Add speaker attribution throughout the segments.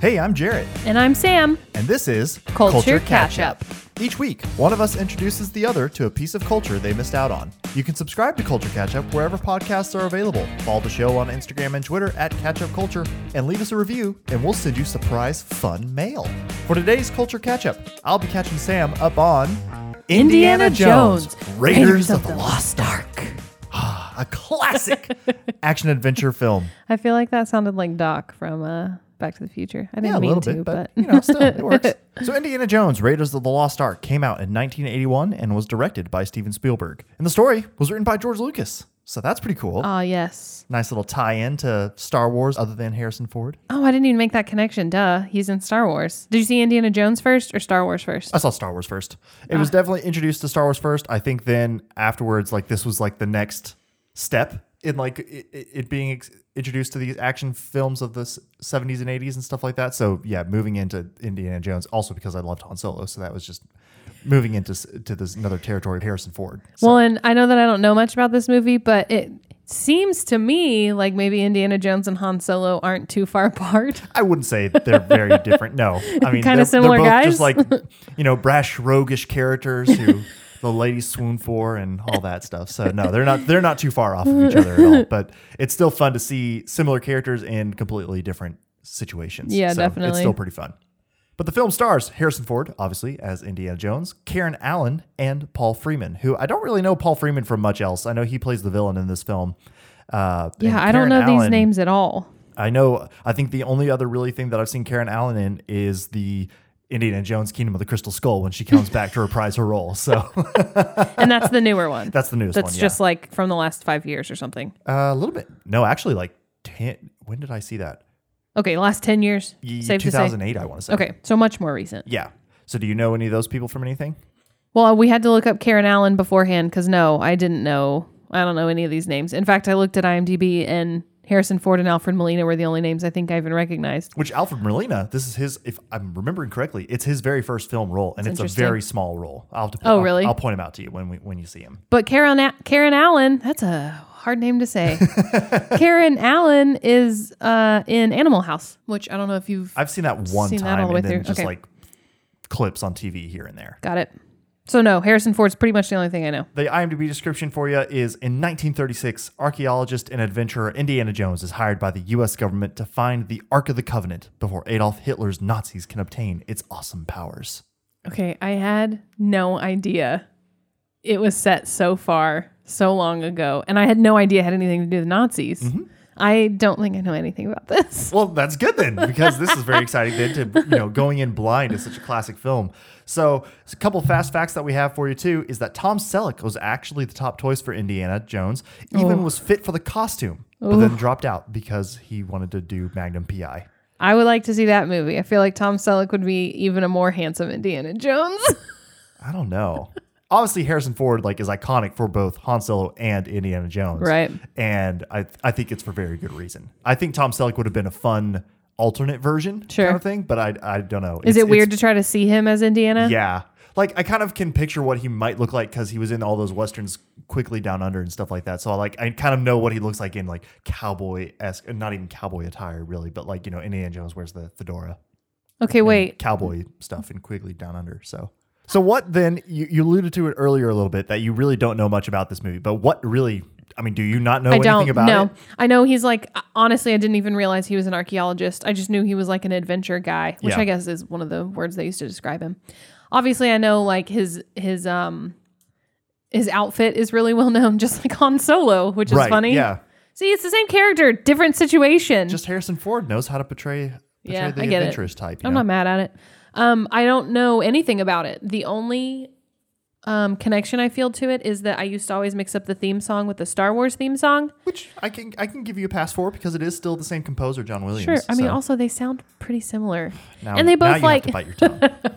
Speaker 1: Hey, I'm Jarrett,
Speaker 2: And I'm Sam.
Speaker 1: and this is
Speaker 2: Culture Catch Up.
Speaker 1: Each week, one of us introduces the other to a piece of culture they missed out on. You can subscribe to Culture Catch Up wherever podcasts are available. Follow the show on Instagram and Twitter at Catch Up Culture, and leave us a review, and we'll send you surprise fun mail. For today's Culture Catch Up, I'll be catching Sam up on
Speaker 2: Indiana Jones,
Speaker 1: Raiders, of, the Lost Ark, a classic action adventure film.
Speaker 2: I feel like that sounded like Doc from uh, Back to the Future. I didn't
Speaker 1: yeah, a
Speaker 2: mean
Speaker 1: little
Speaker 2: to,
Speaker 1: bit,
Speaker 2: but,
Speaker 1: but, you know, still it works. So, Indiana Jones: Raiders of the Lost Ark came out in 1981 and was directed by Steven Spielberg, and the story was written by George Lucas. So that's pretty cool.
Speaker 2: oh yes.
Speaker 1: nice little tie-in to Star Wars, other than Harrison Ford.
Speaker 2: Oh, I didn't even make that connection. Duh. He's in Star Wars. Did you see Indiana Jones first or Star Wars first?
Speaker 1: I saw Star Wars first. It was definitely introduced to Star Wars first. I think then afterwards, like this was like the next step in like it, it it being ex- introduced to these action films of the s- 70s and 80s and stuff like that. So yeah, moving into Indiana Jones also because I loved Han Solo, so that was just moving into s- to this another territory of Harrison Ford. So,
Speaker 2: Well, and I know that I don't know much about this movie, but it seems to me like maybe Indiana Jones and Han Solo aren't too far apart.
Speaker 1: I wouldn't say they're very different. No, I mean
Speaker 2: Kinda
Speaker 1: they're- they're
Speaker 2: similar
Speaker 1: both
Speaker 2: guys?
Speaker 1: just like you know brash, roguish characters who the ladies swoon for and all that stuff. So no, they're not they're not too far off of each other at all. But it's still fun to see similar characters in completely different situations.
Speaker 2: Yeah,
Speaker 1: So It's
Speaker 2: definitely.
Speaker 1: still pretty fun. But the film stars Harrison Ford, obviously, as Indiana Jones, Karen Allen, and Paul Freeman, who I don't really know Paul Freeman from much else. I know he plays the villain in this film. Uh, and
Speaker 2: Yeah, I
Speaker 1: Karen
Speaker 2: don't know these
Speaker 1: Allen-
Speaker 2: names at all.
Speaker 1: I know. I think the only other really thing that I've seen Karen Allen in is the Indiana Jones Kingdom of the Crystal Skull when she comes back to reprise her role. So
Speaker 2: And that's the newer one.
Speaker 1: that's the newest
Speaker 2: That's
Speaker 1: one.
Speaker 2: just like from the last five years or something.
Speaker 1: yeah. uh, a little bit. No, actually, like ten. When did I see that?
Speaker 2: Okay, last ten years.
Speaker 1: Ye-
Speaker 2: safe to say.
Speaker 1: 2008. I want to say.
Speaker 2: Okay, so much more recent.
Speaker 1: Yeah. So do you know any of those people from anything?
Speaker 2: Well, we had to look up Karen Allen beforehand because no, I didn't know. I don't know any of these names. In fact, I looked at IMDb and Harrison Ford and Alfred Molina were the only names I think I even recognized.
Speaker 1: Which Alfred Molina, this is his, if I'm remembering correctly, it's his very first film role, and it's a
Speaker 2: interesting.
Speaker 1: very small role. I'll have to,
Speaker 2: Oh,
Speaker 1: I'll-
Speaker 2: really?
Speaker 1: I'll point him out to you when we when you see him.
Speaker 2: But Karen A- Karen Allen, that's a hard name to say. Karen Allen is uh, in Animal House, which I don't know if you've
Speaker 1: I've seen that one
Speaker 2: Seen that
Speaker 1: time,
Speaker 2: all the way
Speaker 1: and then
Speaker 2: through.
Speaker 1: just
Speaker 2: Okay.
Speaker 1: like clips on TV here and there.
Speaker 2: got it. So no, Harrison Ford's pretty much the only thing I know.
Speaker 1: The IMDb description for you is In 1936, archaeologist and adventurer Indiana Jones is hired by the U.S. government to find the Ark of the Covenant before Adolf Hitler's Nazis can obtain its awesome powers.
Speaker 2: Okay, I had no idea. It was set so far, so long ago, and I had no idea it had anything to do with Nazis.
Speaker 1: Mm-hmm.
Speaker 2: I don't think I know anything about this.
Speaker 1: Well, that's good then, because this is very exciting then to, you know, going in blind is such a classic film. So, a couple fast facts that we have for you too is that Tom Selleck was actually the top choice for Indiana Jones, even was fit for the costume, but then dropped out because he wanted to do Magnum PI.
Speaker 2: I would like to see that movie. I feel like Tom Selleck would be even a more handsome Indiana Jones.
Speaker 1: I don't know. Obviously, Harrison Ford like is iconic for both Han Solo and Indiana Jones,
Speaker 2: Right.
Speaker 1: And I I think it's for very good reason. I think Tom Selleck would have been a fun alternate version
Speaker 2: Sure.
Speaker 1: kind of thing, but I I don't know. It's-
Speaker 2: Is it weird
Speaker 1: it's-
Speaker 2: to try to see him as Indiana?
Speaker 1: yeah, like I kind of can picture what he might look like because he was in all those westerns quickly down under and stuff like that. So like I kind of know what he looks like in like cowboy esque, not even cowboy attire really, but like you know Indiana Jones wears the fedora
Speaker 2: Okay, wait.
Speaker 1: cowboy stuff in Quigley Down Under. So, so what then? You, you alluded to it earlier a little bit that you really don't know much about this movie, but what really? I mean, do you not know
Speaker 2: I
Speaker 1: anything
Speaker 2: don't
Speaker 1: about
Speaker 2: know.
Speaker 1: it?
Speaker 2: I know he's like honestly, I didn't even realize he was an archaeologist. I just knew he was like an adventure guy, which
Speaker 1: Yeah.
Speaker 2: I guess is one of the words they used to describe him. Obviously, I know like his his um his outfit is really well known, just like Han Solo, which is
Speaker 1: right?
Speaker 2: funny.
Speaker 1: Yeah,
Speaker 2: See, it's the same character, different situation.
Speaker 1: just Harrison Ford knows how to portray, portray
Speaker 2: Yeah,
Speaker 1: the
Speaker 2: I get it.
Speaker 1: adventurous type. You
Speaker 2: I'm
Speaker 1: know?
Speaker 2: not mad at it. Um, I don't know anything about it. The only um, connection I feel to it is that I used to always mix up the theme song with the Star Wars theme song.
Speaker 1: Which I can I can give you a pass for because it is still the same composer, John Williams.
Speaker 2: Sure. I mean,
Speaker 1: so
Speaker 2: also they sound pretty similar,
Speaker 1: now-
Speaker 2: and they
Speaker 1: now
Speaker 2: both
Speaker 1: you
Speaker 2: like
Speaker 1: have to bite your tongue.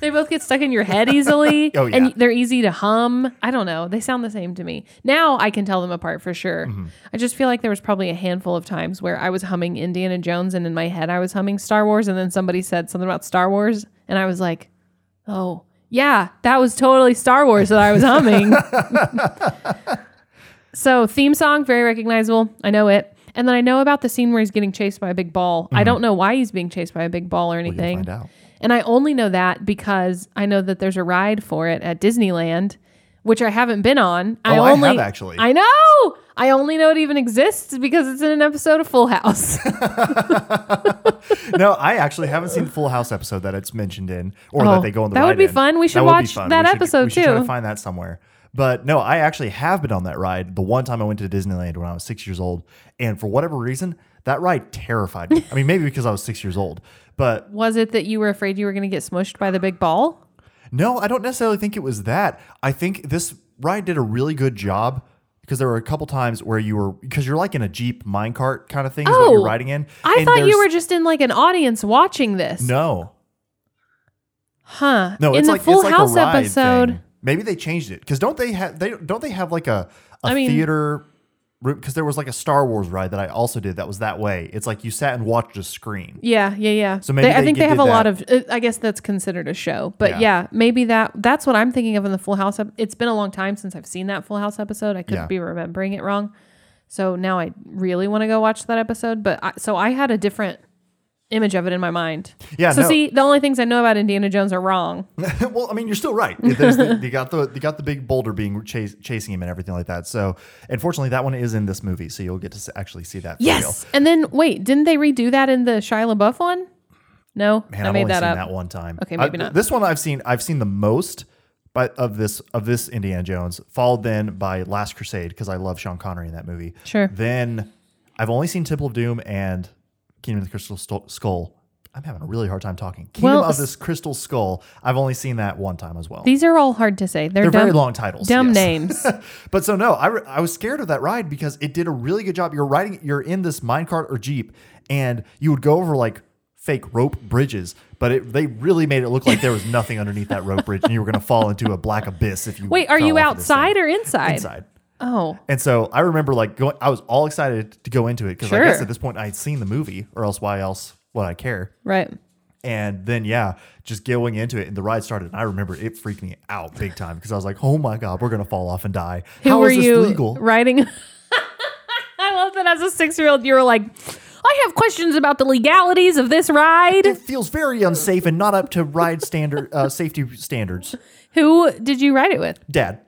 Speaker 2: they both get stuck in your head easily.
Speaker 1: Oh, yeah.
Speaker 2: and they're easy to hum. I don't know. They sound the same to me. Now I can tell them apart for sure.
Speaker 1: Mm-hmm.
Speaker 2: I just feel like there was probably a handful of times where I was humming Indiana Jones, and in my head I was humming Star Wars, and then somebody said something about Star Wars, and I was like, oh. Yeah, that was totally Star Wars that I was humming. so, theme song, very recognizable. I know it. And then I know about the scene where he's getting chased by a big ball. I don't know why he's being chased by a big ball or
Speaker 1: We can
Speaker 2: anything.
Speaker 1: Mm-hmm. find out.
Speaker 2: And I only know that because I know that there's a ride for it at Disneyland, which I haven't been on. I
Speaker 1: Oh, I have
Speaker 2: only
Speaker 1: actually.
Speaker 2: I know. I only know it even exists because it's in an episode of Full House.
Speaker 1: no, I actually haven't seen the Full House episode that it's mentioned in, or
Speaker 2: Oh,
Speaker 1: that they go on the.
Speaker 2: that would
Speaker 1: ride
Speaker 2: be
Speaker 1: in.
Speaker 2: fun. We should
Speaker 1: That would be
Speaker 2: watch
Speaker 1: fun.
Speaker 2: that
Speaker 1: We should-
Speaker 2: episode
Speaker 1: we should try to
Speaker 2: too.
Speaker 1: find that somewhere. But no, I actually have been on that ride. The one time I went to Disneyland when I was six years old, and for whatever reason, that ride terrified me. I mean, maybe because I was six years old, but
Speaker 2: Was it that you were afraid you were going to get smushed by the big ball?
Speaker 1: No, I don't necessarily think it was that. I think this ride did a really good job because there were a couple times where you were because you're like in a jeep minecart kind of thing is what
Speaker 2: Oh,
Speaker 1: you're riding in.
Speaker 2: I
Speaker 1: and
Speaker 2: thought you
Speaker 1: there's-
Speaker 2: were just in like an audience watching this.
Speaker 1: no,
Speaker 2: Huh.
Speaker 1: no.
Speaker 2: in
Speaker 1: it's
Speaker 2: the
Speaker 1: like,
Speaker 2: Full
Speaker 1: it's like
Speaker 2: House
Speaker 1: a ride
Speaker 2: episode.
Speaker 1: Thing. Maybe they changed it because don't they have they don't they have like a a
Speaker 2: I mean-
Speaker 1: theater room because there was like a Star Wars ride that I also did that was that way. It's like you sat and watched a screen.
Speaker 2: Yeah, yeah, yeah. So
Speaker 1: maybe
Speaker 2: I
Speaker 1: they
Speaker 2: think they
Speaker 1: did
Speaker 2: have a
Speaker 1: that.
Speaker 2: lot of. Uh, I guess that's considered a show, but yeah.
Speaker 1: Yeah.
Speaker 2: maybe that. That's what I'm thinking of in the Full House. Ep- it's been a long time since I've seen that Full House episode. I could
Speaker 1: Yeah.
Speaker 2: be remembering it wrong. So now I really want to go watch that episode. But I, so I had a different image of it in my mind.
Speaker 1: Yeah,
Speaker 2: So
Speaker 1: no.
Speaker 2: see, the only things I know about Indiana Jones are wrong.
Speaker 1: well, I mean, you're still right. There's the, you got the you got the big boulder being chase, chasing him and everything like that. So, unfortunately, that one is in this movie, so you'll get to s- actually see that. For real.
Speaker 2: Yes. And then wait, didn't they redo that in the Shia LaBeouf one? No,
Speaker 1: man,
Speaker 2: I
Speaker 1: I've
Speaker 2: made
Speaker 1: only
Speaker 2: that
Speaker 1: seen
Speaker 2: up.
Speaker 1: that one time.
Speaker 2: Okay,
Speaker 1: I-
Speaker 2: maybe not.
Speaker 1: This one I've seen I've seen the most, by of this of this Indiana Jones, followed then by Last Crusade because I love Sean Connery in that movie.
Speaker 2: Sure.
Speaker 1: Then I've only seen Temple of Doom and Kingdom of the Crystal Sto- Skull. I'm having a really hard time talking. Kingdom
Speaker 2: Well,
Speaker 1: of this Crystal Skull. I've only seen that one time as well.
Speaker 2: These are all hard to say. They're,
Speaker 1: They're
Speaker 2: dumb,
Speaker 1: very long titles.
Speaker 2: dumb
Speaker 1: yes.
Speaker 2: names.
Speaker 1: But so no, I, re- I was scared of that ride because it did a really good job. You're riding, you're in this minecart or jeep, and you would go over like fake rope bridges, but it, they really made it look like there was nothing underneath that rope bridge, and you were gonna fall into a black abyss if you.
Speaker 2: Wait, are
Speaker 1: fell
Speaker 2: you
Speaker 1: off of this thing.
Speaker 2: outside or inside?
Speaker 1: Inside.
Speaker 2: Oh,
Speaker 1: And so I remember like going, I was all excited to go into it because
Speaker 2: Sure.
Speaker 1: I guess at this point I'd seen the movie, or else why else would I care?
Speaker 2: right.
Speaker 1: And then yeah, just going into it, and the ride started. And I remember it freaked me out big time because I was like, "Oh my god, we're gonna fall off and die."
Speaker 2: Who
Speaker 1: How
Speaker 2: were
Speaker 1: is this
Speaker 2: you
Speaker 1: legal?
Speaker 2: writing? I love that as a six year old, you were like, I have questions about the legalities of this
Speaker 1: it
Speaker 2: ride.
Speaker 1: feels very unsafe and not up to ride standard uh, safety standards.
Speaker 2: Who did you ride it with?
Speaker 1: Dad.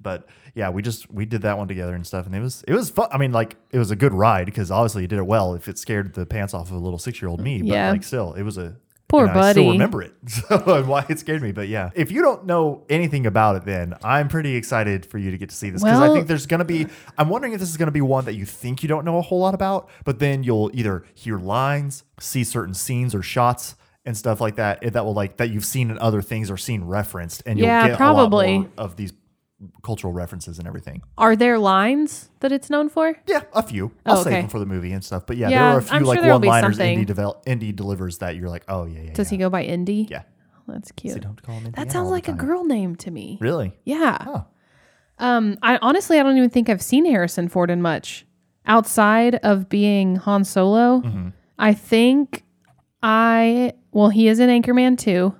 Speaker 1: But yeah, we just we did that one together and stuff, and it was it was fun. I mean, like it was a good ride because obviously you did it well. If it scared the pants off of a little six year old me, but
Speaker 2: Yeah.
Speaker 1: like still, it was a
Speaker 2: Poor
Speaker 1: and I still
Speaker 2: buddy.
Speaker 1: remember it, so and why it scared me. But yeah, if you don't know anything about it, then I'm pretty excited for you to get to see this because
Speaker 2: Well-
Speaker 1: I think there's gonna be. I'm wondering if this is gonna be one that you think you don't know a whole lot about, but then you'll either hear lines, see certain scenes or shots and stuff like that eh, that will like that you've seen in other things or seen referenced, and you'll
Speaker 2: Yeah,
Speaker 1: get
Speaker 2: probably.
Speaker 1: a lot more of these cultural references and everything.
Speaker 2: Are there lines that it's known for?
Speaker 1: Yeah, a few. I'll
Speaker 2: Oh,
Speaker 1: save
Speaker 2: okay.
Speaker 1: them for the movie and stuff. But yeah,
Speaker 2: Yeah,
Speaker 1: there are a
Speaker 2: I'm
Speaker 1: few
Speaker 2: sure
Speaker 1: like
Speaker 2: there'll be
Speaker 1: one-liners
Speaker 2: something.
Speaker 1: indie devel- indie delivers that you're like, oh yeah, yeah,
Speaker 2: Does
Speaker 1: yeah.
Speaker 2: he go by Indy? Oh,
Speaker 1: Yeah.
Speaker 2: That's
Speaker 1: They
Speaker 2: cute.
Speaker 1: don't call him Indiana
Speaker 2: That sounds
Speaker 1: all the
Speaker 2: like a
Speaker 1: time.
Speaker 2: girl name to me.
Speaker 1: Really?
Speaker 2: Yeah.
Speaker 1: Huh.
Speaker 2: Um, I honestly I don't even think I've seen Harrison Ford in much outside of being Han Solo.
Speaker 1: Mm-hmm.
Speaker 2: I think I well he is in Anchorman too,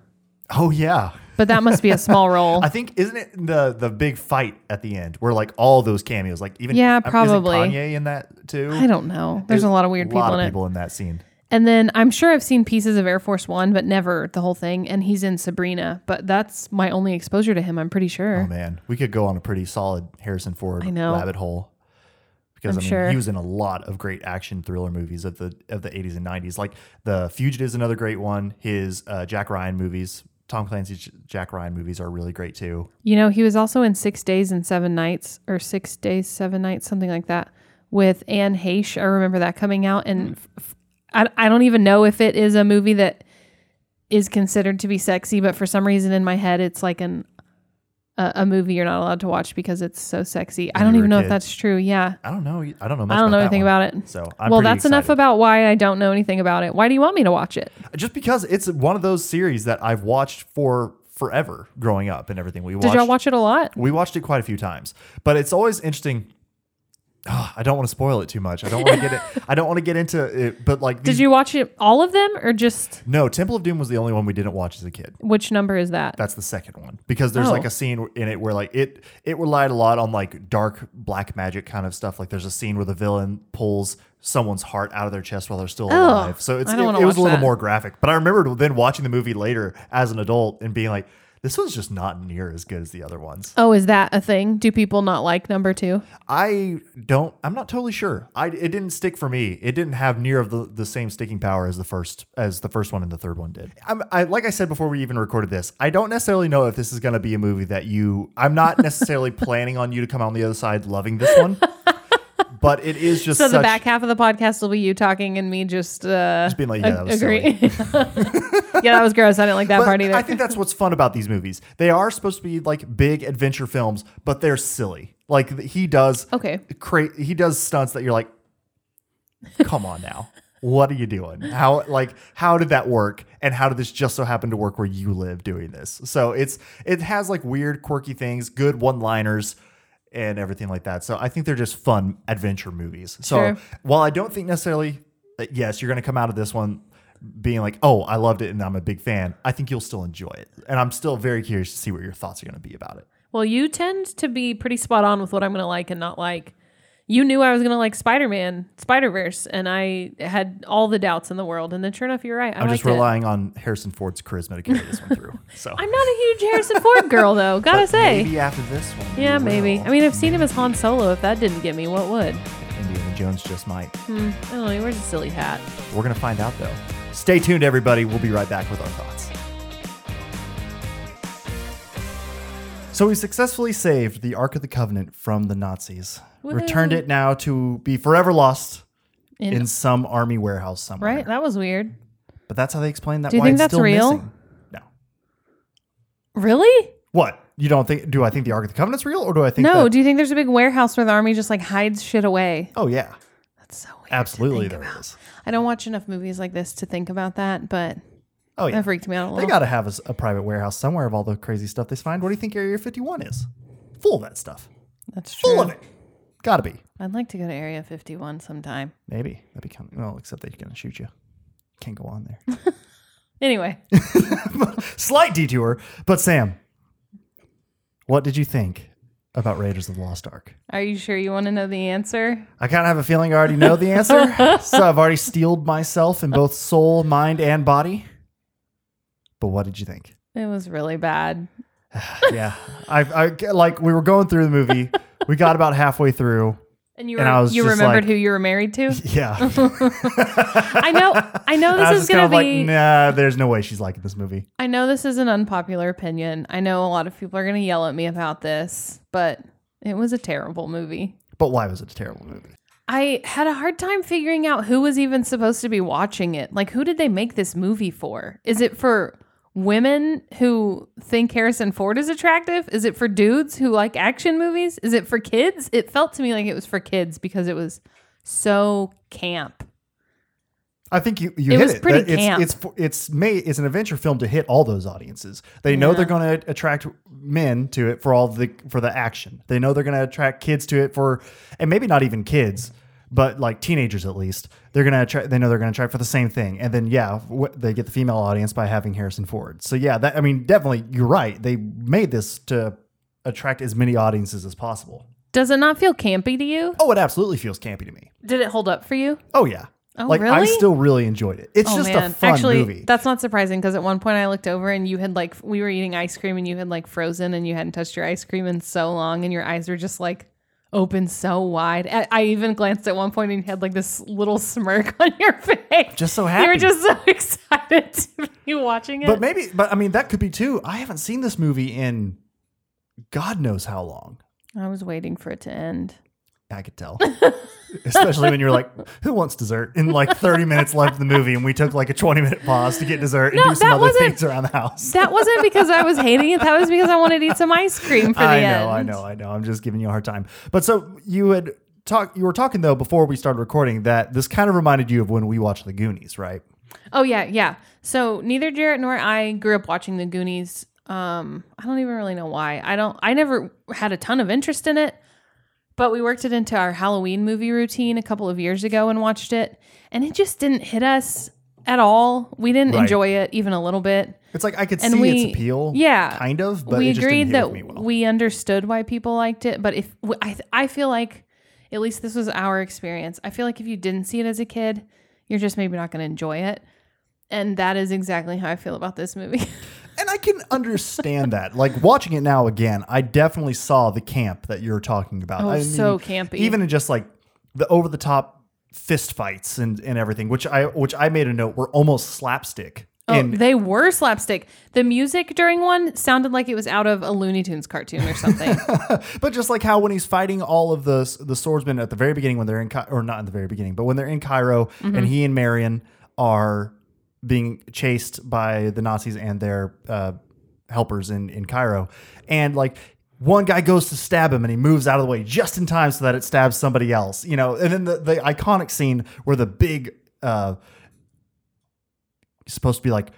Speaker 1: Oh yeah.
Speaker 2: but that must be a small role.
Speaker 1: I think isn't it the the big fight at the end where like all those cameos, like even
Speaker 2: Yeah,
Speaker 1: um, isn't
Speaker 2: probably.
Speaker 1: Kanye in that too.
Speaker 2: I don't know. There's a lot of weird
Speaker 1: lot
Speaker 2: people
Speaker 1: of
Speaker 2: in it.
Speaker 1: people in that scene.
Speaker 2: And then I'm sure I've seen pieces of Air Force One, but never the whole thing. And he's in Sabrina, but that's my only exposure to him. I'm pretty
Speaker 1: Oh
Speaker 2: sure.
Speaker 1: man, we could go on a pretty solid Harrison Ford
Speaker 2: I know.
Speaker 1: rabbit hole. Because
Speaker 2: I'm
Speaker 1: I mean,
Speaker 2: sure.
Speaker 1: he was in a lot of great action thriller movies of the of the 80s and 90s. Like The Fugitive's another great one. His uh, Jack Ryan movies, Tom Clancy's J- Jack Ryan movies are really great too.
Speaker 2: You know, he was also in Six Days and Seven Nights, or Six Days Seven Nights, something like that, with Anne Heche. I remember that coming out,
Speaker 1: Mm.
Speaker 2: and f- f- I I don't even know if it is a movie that is considered to be sexy, but for some reason in my head, it's like an a, a movie you're not allowed to watch because it's so sexy. I
Speaker 1: When
Speaker 2: don't
Speaker 1: you were
Speaker 2: even
Speaker 1: a
Speaker 2: know if
Speaker 1: kid.
Speaker 2: that's true. Yeah,
Speaker 1: I don't know. I don't know. Much
Speaker 2: I don't know
Speaker 1: about
Speaker 2: anything
Speaker 1: that one.
Speaker 2: about it.
Speaker 1: So I'm
Speaker 2: well,
Speaker 1: pretty
Speaker 2: that's enough
Speaker 1: excited.
Speaker 2: about why I don't know anything about it. Why do you want me to watch it?
Speaker 1: just because it's one of those series that I've watched for forever growing up and everything. We
Speaker 2: Did
Speaker 1: watched,
Speaker 2: y'all watch it a lot?
Speaker 1: we watched it quite a few times, but it's always interesting Ah, I don't want to spoil it too much. I don't want to get it. I don't want to get into it. But like,
Speaker 2: Did
Speaker 1: these-
Speaker 2: you watch it, all of them or just
Speaker 1: No, Temple of Doom was the only one we didn't watch as a kid.
Speaker 2: which number is that?
Speaker 1: That's the second one because there's
Speaker 2: Oh.
Speaker 1: like a scene in it where like it it relied a lot on like dark black magic kind of stuff. Like there's a scene where the villain pulls someone's heart out of their chest while they're still alive. So it's
Speaker 2: Oh,
Speaker 1: it,
Speaker 2: I don't wanna
Speaker 1: it was
Speaker 2: watch
Speaker 1: a little
Speaker 2: that.
Speaker 1: more graphic. But I remember then watching the movie later as an adult and being like, this one's just not near as good as the other ones.
Speaker 2: Oh, is that a thing? Do people not like number two?
Speaker 1: I don't. I'm not totally sure. I it didn't stick for me. It didn't have near of the, the same sticking power as the first as the first one and the third one did. I'm, I like I said before we even recorded this. I don't necessarily know if this is going to be a movie that you. I'm not necessarily planning on you to come on the other side loving this one, but it is just
Speaker 2: So the
Speaker 1: such-
Speaker 2: back half of the podcast will be you talking and me just, uh,
Speaker 1: being like, yeah, that was
Speaker 2: yeah, that was gross. I didn't like that
Speaker 1: But
Speaker 2: part either.
Speaker 1: I think that's what's fun about these movies. They are supposed to be like big adventure films, but they're silly. Like he does
Speaker 2: okay.
Speaker 1: cra- he does stunts that you're like come on now what are you doing how like how did that work and how did this just so happen to work where you live doing this so it's it has like weird quirky things good one liners and everything like that so i think they're just fun adventure movies so
Speaker 2: Sure.
Speaker 1: while i don't think necessarily that yes you're going to come out of this one being like oh i loved it and i'm a big fan i think you'll still enjoy it and i'm still very curious to see what your thoughts are going to be about it
Speaker 2: Well, you tend to be pretty spot on with what I'm going to like and not like. You knew I was going to like Spider Man, Spider Verse, and I had all the doubts in the world. And then sure enough, you're right. I
Speaker 1: i'm just
Speaker 2: liked it.
Speaker 1: relying on harrison ford's charisma to carry this one through so
Speaker 2: I'm not a huge Harrison Ford girl, though. Gotta say.
Speaker 1: Maybe after this one. we
Speaker 2: yeah,
Speaker 1: will.
Speaker 2: maybe. I mean, I've seen him as Han Solo. If that didn't get me, what would?
Speaker 1: Indiana Jones just might.
Speaker 2: I don't know. He wears a silly hat.
Speaker 1: We're going to find out, though. Stay tuned, everybody. We'll be right back with our thoughts. So we successfully saved the Ark of the Covenant from the Nazis, returned
Speaker 2: Woohoo.
Speaker 1: it now to be forever lost
Speaker 2: In-
Speaker 1: in some army warehouse somewhere.
Speaker 2: Right? That was weird.
Speaker 1: But that's how they explain that.
Speaker 2: Do you
Speaker 1: why
Speaker 2: think
Speaker 1: it's
Speaker 2: that's
Speaker 1: still
Speaker 2: real?
Speaker 1: Missing. No.
Speaker 2: Really?
Speaker 1: What? You don't think? Do I think the Ark of the Covenant's real, or do I think?
Speaker 2: No.
Speaker 1: that-
Speaker 2: Do you think there's a big warehouse where the army just like hides shit away?
Speaker 1: oh yeah,
Speaker 2: That's so weird.
Speaker 1: absolutely there is.
Speaker 2: I don't watch enough movies like this to think about that, but
Speaker 1: Oh yeah,
Speaker 2: that freaked me out a
Speaker 1: They
Speaker 2: little.
Speaker 1: got to have a, s- a private warehouse somewhere of all the crazy stuff they find. What do you think Area 51 is? Full of that stuff.
Speaker 2: That's
Speaker 1: Full
Speaker 2: true.
Speaker 1: of it. Got to be.
Speaker 2: I'd like to go to Area 51 sometime.
Speaker 1: Maybe. That'd be kind of, well, except they're going to shoot you. Can't go on there.
Speaker 2: Anyway,
Speaker 1: Slight detour. But Sam, what did you think about Raiders of the Lost Ark?
Speaker 2: are you sure you want to know the answer?
Speaker 1: I kind of have a feeling I already know the answer. so I've already steeled myself in both soul, mind, and body. But what did you think?
Speaker 2: It was really bad.
Speaker 1: Yeah. I, I like, we were going through the movie. We got about halfway through.
Speaker 2: And you
Speaker 1: And
Speaker 2: were-
Speaker 1: I was
Speaker 2: you
Speaker 1: just
Speaker 2: remembered
Speaker 1: like-
Speaker 2: who you were married to?
Speaker 1: Yeah.
Speaker 2: I know I know
Speaker 1: I
Speaker 2: this
Speaker 1: was
Speaker 2: is
Speaker 1: just
Speaker 2: going
Speaker 1: kind
Speaker 2: to
Speaker 1: of
Speaker 2: be
Speaker 1: like, nah, there's no way she's liking this movie.
Speaker 2: I know this is an unpopular opinion. I know a lot of people are going to yell at me about this, but it was a terrible movie.
Speaker 1: But why was it a terrible movie?
Speaker 2: I had a hard time figuring out who was even supposed to be watching it. Like, who did they make this movie for? Is it for women who think Harrison Ford is attractive? Is it for dudes who like action movies? Is it for kids? It felt to me like it was for kids because it was so camp.
Speaker 1: I think you, you
Speaker 2: It
Speaker 1: hit
Speaker 2: was
Speaker 1: it.
Speaker 2: pretty
Speaker 1: That it's,
Speaker 2: camp.
Speaker 1: it's for- it's made it's an adventure film to hit all those audiences. They know they're going to attract men to it for all the for the action. They know they're going to attract kids to it for and maybe not even kids, but like teenagers at least. They're going to attract they know they're going to attract for the same thing. And then yeah, wh- they get the female audience by having Harrison Ford. So yeah, that I mean definitely you're right. They made this to attract as many audiences as possible.
Speaker 2: Does it not feel campy to you?
Speaker 1: Oh, it absolutely feels campy to me.
Speaker 2: Did it hold up for you?
Speaker 1: Oh yeah.
Speaker 2: Oh,
Speaker 1: like I
Speaker 2: really?
Speaker 1: still really enjoyed it. It's just a fun
Speaker 2: Oh, Actually,
Speaker 1: movie.
Speaker 2: that's not surprising because at one point I looked over and you had like we were eating ice cream and you had like frozen and you hadn't touched your ice cream in so long and your eyes were just like open so wide. I, I even glanced at one point and you had like this little smirk on your face.
Speaker 1: Just so
Speaker 2: You were
Speaker 1: happy.
Speaker 2: just so excited to be watching it.
Speaker 1: but maybe but I mean that could be too. I haven't seen this movie in God knows how long.
Speaker 2: I was waiting for it to end.
Speaker 1: I could tell. Especially when you're like, who wants dessert? And like 30 minutes left of the movie, and we took like a 20 minute pause to get dessert and
Speaker 2: No,
Speaker 1: do some
Speaker 2: that
Speaker 1: other
Speaker 2: wasn't-
Speaker 1: things around the house.
Speaker 2: That wasn't because I was hating it. That was because I wanted to eat some ice cream for the
Speaker 1: I
Speaker 2: end.
Speaker 1: know, I know, I know. I'm just giving you a hard time. But so you had talked, you were talking though before we started recording that this kind of reminded you of when we watched The Goonies, right?
Speaker 2: Oh yeah, yeah. So neither Jarrett nor I grew up watching the Goonies. Um, I don't even really know why. I don't. I never had a ton of interest in it. But we worked it into our Halloween movie routine a couple of years ago and watched it, and it just didn't hit us at all. We didn't
Speaker 1: Right.
Speaker 2: enjoy it even a little bit.
Speaker 1: It's like I could
Speaker 2: And
Speaker 1: see
Speaker 2: we-
Speaker 1: its appeal,
Speaker 2: yeah.
Speaker 1: kind of, but
Speaker 2: we
Speaker 1: it just
Speaker 2: agreed
Speaker 1: didn't hit
Speaker 2: that
Speaker 1: with me well.
Speaker 2: we understood why people liked it, but if w- I, th- I feel like at least this was our experience. I feel like if you didn't see it as a kid, you're just maybe not going to enjoy it. And that is exactly how I feel about this movie.
Speaker 1: and I can understand that. Like watching it now again, I definitely saw the camp that you're talking about.
Speaker 2: Oh,
Speaker 1: I
Speaker 2: so campy.
Speaker 1: Even in just like the over the top fist fights and, and everything, which I which I made a note were almost slapstick.
Speaker 2: Oh,
Speaker 1: and
Speaker 2: they were slapstick. The music during one sounded like it was out of a Looney Tunes cartoon or something.
Speaker 1: But just like how when he's fighting all of the the swordsmen at the very beginning when they're in Cai- or not in the very beginning, but when they're in Cairo
Speaker 2: Mm-hmm.
Speaker 1: and he and Marion are being chased by the Nazis and their uh, helpers in in Cairo, and like one guy goes to stab him and he moves out of the way just in time so that it stabs somebody else, you know. And then the, the iconic scene where the big uh, supposed to be like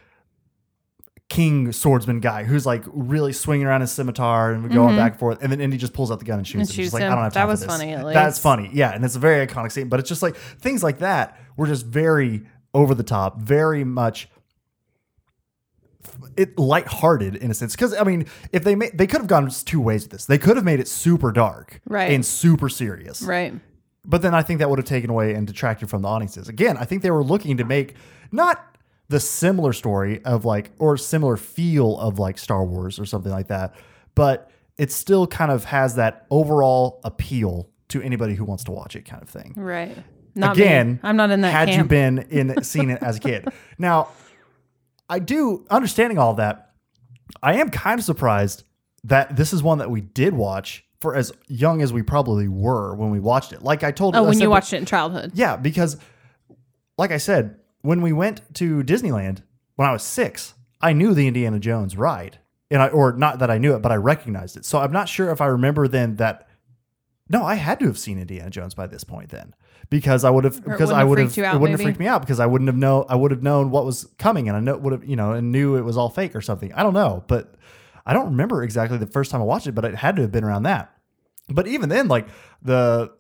Speaker 1: king swordsman guy who's like really swinging around his scimitar and going back and forth and then Indy just pulls out the gun and shoots
Speaker 2: Mm-hmm. And
Speaker 1: him.
Speaker 2: shoots
Speaker 1: She's like,
Speaker 2: him.
Speaker 1: I don't have
Speaker 2: That
Speaker 1: time for
Speaker 2: was
Speaker 1: this."
Speaker 2: funny, at
Speaker 1: That's
Speaker 2: least.
Speaker 1: funny, yeah, and it's a very iconic scene. But it's just like things like that were just very over the top, very much it lighthearted in a sense. Because I mean, if they made, they could have gone two ways with this. They could have made it super dark,
Speaker 2: Right.
Speaker 1: and super serious,
Speaker 2: right.
Speaker 1: but then I think that would have taken away and detracted from the audiences. Again, I think they were looking to make not the similar story of like or similar feel of like Star Wars or something like that, but it still kind of has that overall appeal to anybody who wants to watch it kind of thing.
Speaker 2: Right. Not me.
Speaker 1: Again,
Speaker 2: I'm not in that
Speaker 1: Had
Speaker 2: camp.
Speaker 1: you been in seen it as a kid. Now, I do understanding all that, I am kind of surprised that this is one that we did watch for as young as we probably were when we watched it. Like I told
Speaker 2: oh,
Speaker 1: I
Speaker 2: when
Speaker 1: said
Speaker 2: you
Speaker 1: bef-
Speaker 2: watched it in childhood.
Speaker 1: yeah, because like I said, when we went to Disneyland when I was six, I knew the Indiana Jones ride. And I or not that I knew it, but I recognized it. So I'm not sure if I remember then that no, I had to have seen Indiana Jones by this point then. Because I would have because
Speaker 2: wouldn't
Speaker 1: I
Speaker 2: have
Speaker 1: would
Speaker 2: freaked
Speaker 1: have
Speaker 2: you
Speaker 1: it
Speaker 2: out,
Speaker 1: wouldn't have
Speaker 2: maybe?
Speaker 1: freaked me out because I wouldn't have known I would have known what was coming and I know would have you know and knew it was all fake or something. I don't know, but I don't remember exactly the first time I watched it, but it had to have been around that. But even then, like the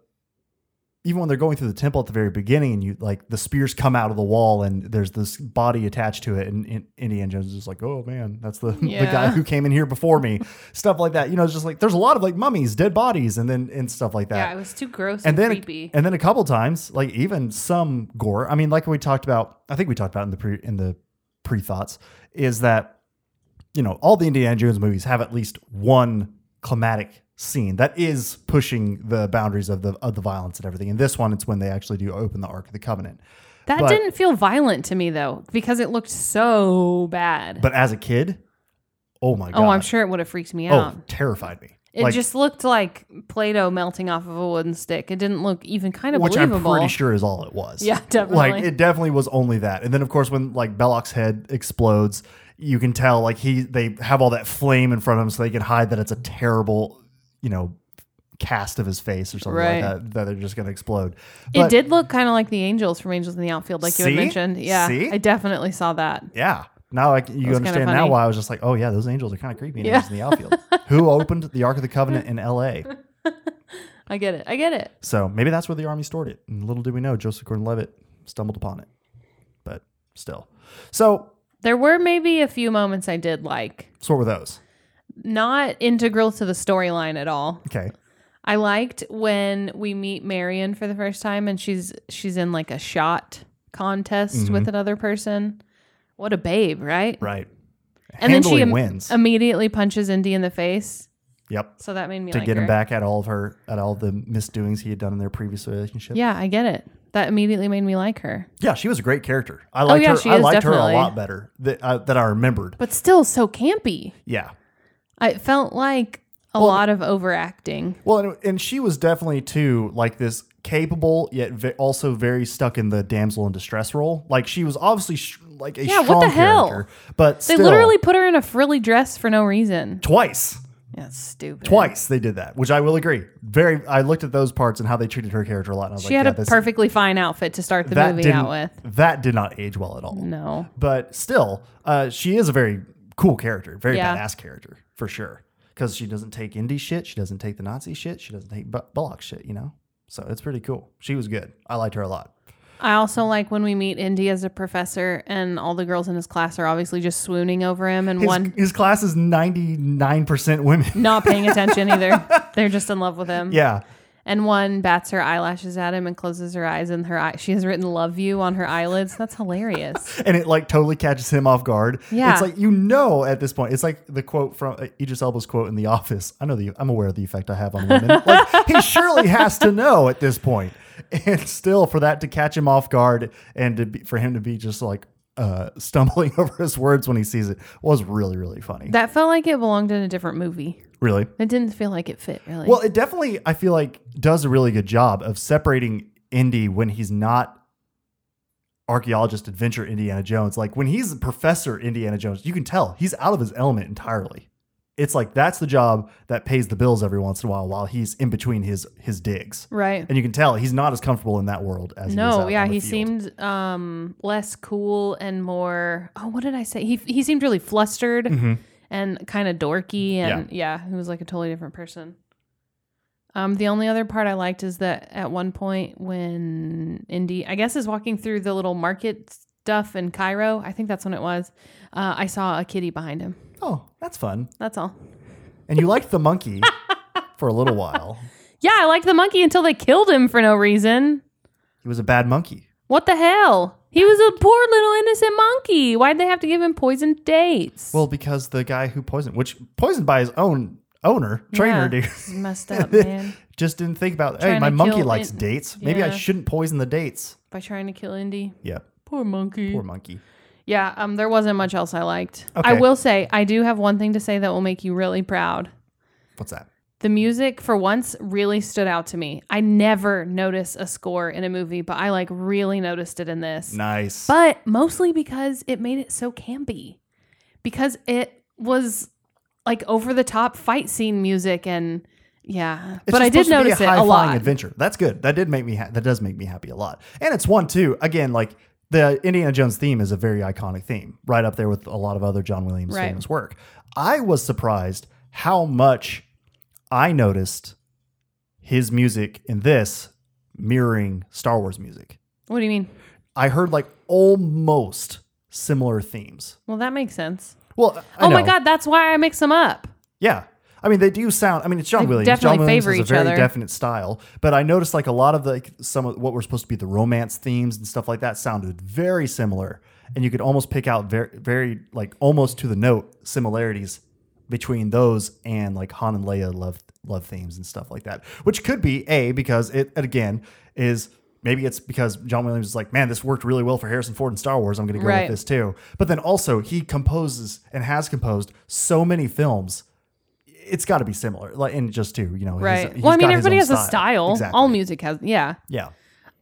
Speaker 1: even when they're going through the temple at the very beginning and you like the spears come out of the wall and there's this body attached to it and, and Indiana Jones is just like, oh man, that's the, the guy
Speaker 2: Yeah.
Speaker 1: who came in here before me. stuff like that. You know, it's just like there's a lot of like mummies, dead bodies, and then and stuff like that.
Speaker 2: Yeah, it was too gross
Speaker 1: and
Speaker 2: and,
Speaker 1: then
Speaker 2: creepy.
Speaker 1: and then a couple times, like even some gore. I mean, like we talked about, I think we talked about in the pre in the pre thoughts, is that you know, all the Indiana Jones movies have at least one climatic scene that is pushing the boundaries of the of the violence and everything. And this one, it's when they actually do open the Ark of the Covenant.
Speaker 2: that
Speaker 1: but-
Speaker 2: didn't feel violent to me though, because it looked so bad.
Speaker 1: But as a kid, oh my god.
Speaker 2: oh, I'm sure it would have freaked me out.
Speaker 1: Oh, terrified me.
Speaker 2: It just looked like Play-Doh melting off of a wooden stick. It didn't look even kind of
Speaker 1: which
Speaker 2: believable.
Speaker 1: I'm pretty sure is all it was.
Speaker 2: Yeah, definitely.
Speaker 1: Like it definitely was only that. And then of course when like Belloc's head explodes, you can tell like he they have all that flame in front of him so they can hide that it's a terrible, you know, cast of his face or something
Speaker 2: Right.
Speaker 1: like that that they're just going to explode.
Speaker 2: it did look kind of like the Angels from Angels in the Outfield, like you
Speaker 1: See?
Speaker 2: had mentioned. Yeah,
Speaker 1: See?
Speaker 2: I definitely saw that.
Speaker 1: Yeah. Now like you
Speaker 2: was kinda
Speaker 1: understand now
Speaker 2: funny.
Speaker 1: why I was just like, oh yeah, those angels are kind of creepy and
Speaker 2: Yeah.
Speaker 1: yeah. in the outfield. Who opened the Ark of the Covenant in L.A.?
Speaker 2: I get it. I get it.
Speaker 1: So maybe that's where the army stored it. And little did we know, Joseph Gordon-Levitt stumbled upon it. But still, so
Speaker 2: There were maybe a few moments I did like,
Speaker 1: so what were those?
Speaker 2: not integral to the storyline at all.
Speaker 1: Okay.
Speaker 2: I liked when we meet Marion for the first time and she's she's in like a shot contest with another person. What a babe, right?
Speaker 1: Mm-hmm. Right.
Speaker 2: And then
Speaker 1: Handily
Speaker 2: she im-
Speaker 1: wins.
Speaker 2: Immediately punches Indy in the face.
Speaker 1: yep.
Speaker 2: So that made me
Speaker 1: To
Speaker 2: like
Speaker 1: get him
Speaker 2: her.
Speaker 1: back at all of her at all the misdoings he had done in their previous relationship.
Speaker 2: Yeah, I get it. That immediately made me like her.
Speaker 1: Yeah, she was a great character. I liked
Speaker 2: Oh, yeah,
Speaker 1: her.
Speaker 2: she
Speaker 1: I
Speaker 2: is
Speaker 1: liked her a
Speaker 2: definitely.
Speaker 1: lot better that uh, that I remembered.
Speaker 2: But still so campy.
Speaker 1: Yeah.
Speaker 2: I felt like a lot of overacting.
Speaker 1: Well, and, and she was definitely too like this capable yet ve- also very stuck in the damsel in distress role. Like she was obviously sh- like a
Speaker 2: Yeah, what
Speaker 1: strong
Speaker 2: the hell?
Speaker 1: character, but
Speaker 2: They
Speaker 1: still,
Speaker 2: literally put her in a frilly dress for no reason.
Speaker 1: twice.
Speaker 2: That's stupid.
Speaker 1: Twice they did that, which I will agree. Very, I looked at those parts and how they treated her character a lot. And I was
Speaker 2: She
Speaker 1: like,
Speaker 2: had
Speaker 1: yeah,
Speaker 2: a
Speaker 1: this,
Speaker 2: perfectly fine outfit to start the
Speaker 1: that
Speaker 2: movie
Speaker 1: didn't,
Speaker 2: out with. Mm.
Speaker 1: That did not age well at all.
Speaker 2: No.
Speaker 1: but still, uh, she is a very cool character, very
Speaker 2: Yeah.
Speaker 1: badass character for sure. because she doesn't take indie shit. She doesn't take the Nazi shit. She doesn't take Bu- Bullock shit, you know? So it's pretty cool. She was good. I liked her a lot.
Speaker 2: I also like when we meet Indy as a professor, and all the girls in his class are obviously just swooning over him, and
Speaker 1: His,
Speaker 2: one
Speaker 1: his class is 99% women.
Speaker 2: not paying attention either. They're just in love with him.
Speaker 1: yeah.
Speaker 2: And one bats her eyelashes at him and closes her eyes, and her eye- she has written "Love You" on her eyelids. That's hilarious.
Speaker 1: And it like totally catches him off guard.
Speaker 2: Yeah.
Speaker 1: It's like, you know, at this point, it's like the quote from uh, Idris Elba's quote in The Office. I know the, I'm aware of the effect I have on women. like, he surely has to know at this point. And still, for that to catch him off guard and to be, for him to be just like uh, stumbling over his words when he sees it was really, really funny.
Speaker 2: that felt like it belonged in a different movie.
Speaker 1: really?
Speaker 2: It didn't feel like it fit really.
Speaker 1: Well, it definitely, I feel like, does a really good job of separating Indy when he's not archaeologist, adventure Indiana Jones. Like when he's professor Indiana Jones, you can tell he's out of his element entirely. It's like that's the job that pays the bills every once in a while while he's in between his his digs.
Speaker 2: right.
Speaker 1: And you can tell he's not as comfortable in that world as he is
Speaker 2: No,
Speaker 1: out
Speaker 2: yeah,
Speaker 1: on the
Speaker 2: he
Speaker 1: field.
Speaker 2: seemed um, less cool and more. Oh, what did I say? He he seemed really flustered and kind of dorky, and yeah. he was like a totally different person. Um, the only other part I liked is that at one point when Indy, I guess, is walking through the little market stuff in Cairo, I think that's when it was. Uh, I saw a kitty behind him.
Speaker 1: Oh, that's fun.
Speaker 2: That's all.
Speaker 1: And you liked the monkey for a little while.
Speaker 2: Yeah, I liked the monkey until they killed him for no reason.
Speaker 1: He was a bad monkey.
Speaker 2: What the hell? He was a poor little innocent monkey. Why'd they have to give him poisoned dates?
Speaker 1: Well, because the guy who poisoned, which poisoned by his own owner, trainer,
Speaker 2: Yeah.
Speaker 1: dude.
Speaker 2: It's messed up, man.
Speaker 1: just didn't think about hey
Speaker 2: Trying
Speaker 1: my
Speaker 2: to
Speaker 1: monkey
Speaker 2: kill
Speaker 1: likes
Speaker 2: it.
Speaker 1: dates maybe i
Speaker 2: Yeah.
Speaker 1: shouldn't poison the dates
Speaker 2: By trying to kill Indy.
Speaker 1: yeah
Speaker 2: Poor monkey.
Speaker 1: poor monkey
Speaker 2: yeah, um, there wasn't much else I liked. I
Speaker 1: Okay.
Speaker 2: will say, I do have one thing to say that will make you really proud.
Speaker 1: what's that
Speaker 2: The music for once really stood out to me. I never notice a score in a movie, but I like really noticed it in this.
Speaker 1: nice
Speaker 2: But mostly because it made it so campy. Because it was like over the top fight scene music and yeah.
Speaker 1: It's
Speaker 2: but I
Speaker 1: just
Speaker 2: did
Speaker 1: supposed to be
Speaker 2: notice it a
Speaker 1: high-flying
Speaker 2: lot.
Speaker 1: adventure that's good that did make me ha- that does make me happy a lot and it's one too again like the indiana jones theme is a very iconic theme right up there with a lot of other john williams
Speaker 2: Right.
Speaker 1: famous work i was surprised how much i noticed his music in this mirroring star wars music
Speaker 2: What do you mean?
Speaker 1: i heard like almost similar themes
Speaker 2: Well, that makes sense.
Speaker 1: Well, I
Speaker 2: oh my
Speaker 1: know.
Speaker 2: god, that's why I mix them up.
Speaker 1: Yeah. I mean, they do sound. I mean, it's John
Speaker 2: They
Speaker 1: Williams.
Speaker 2: definitely
Speaker 1: John Williams
Speaker 2: favor
Speaker 1: has a
Speaker 2: each
Speaker 1: very
Speaker 2: other.
Speaker 1: definite style, but I noticed like a lot of the like, some of what were supposed to be the romance themes and stuff like that sounded very similar, and you could almost pick out very, very like almost to the note similarities between those and like Han and Leia love love themes and stuff like that, which could be a because it again is. Maybe it's because John Williams is like, man, this worked really well for Harrison Ford in Star Wars. I'm going to go
Speaker 2: Right.
Speaker 1: with this too. But then also, he composes and has composed so many films it's got to be similar, like and just to you know, his- uh,
Speaker 2: Right.
Speaker 1: he's
Speaker 2: well, I mean,
Speaker 1: got his
Speaker 2: everybody
Speaker 1: own
Speaker 2: has a style.
Speaker 1: Exactly.
Speaker 2: All music has, yeah.
Speaker 1: Yeah,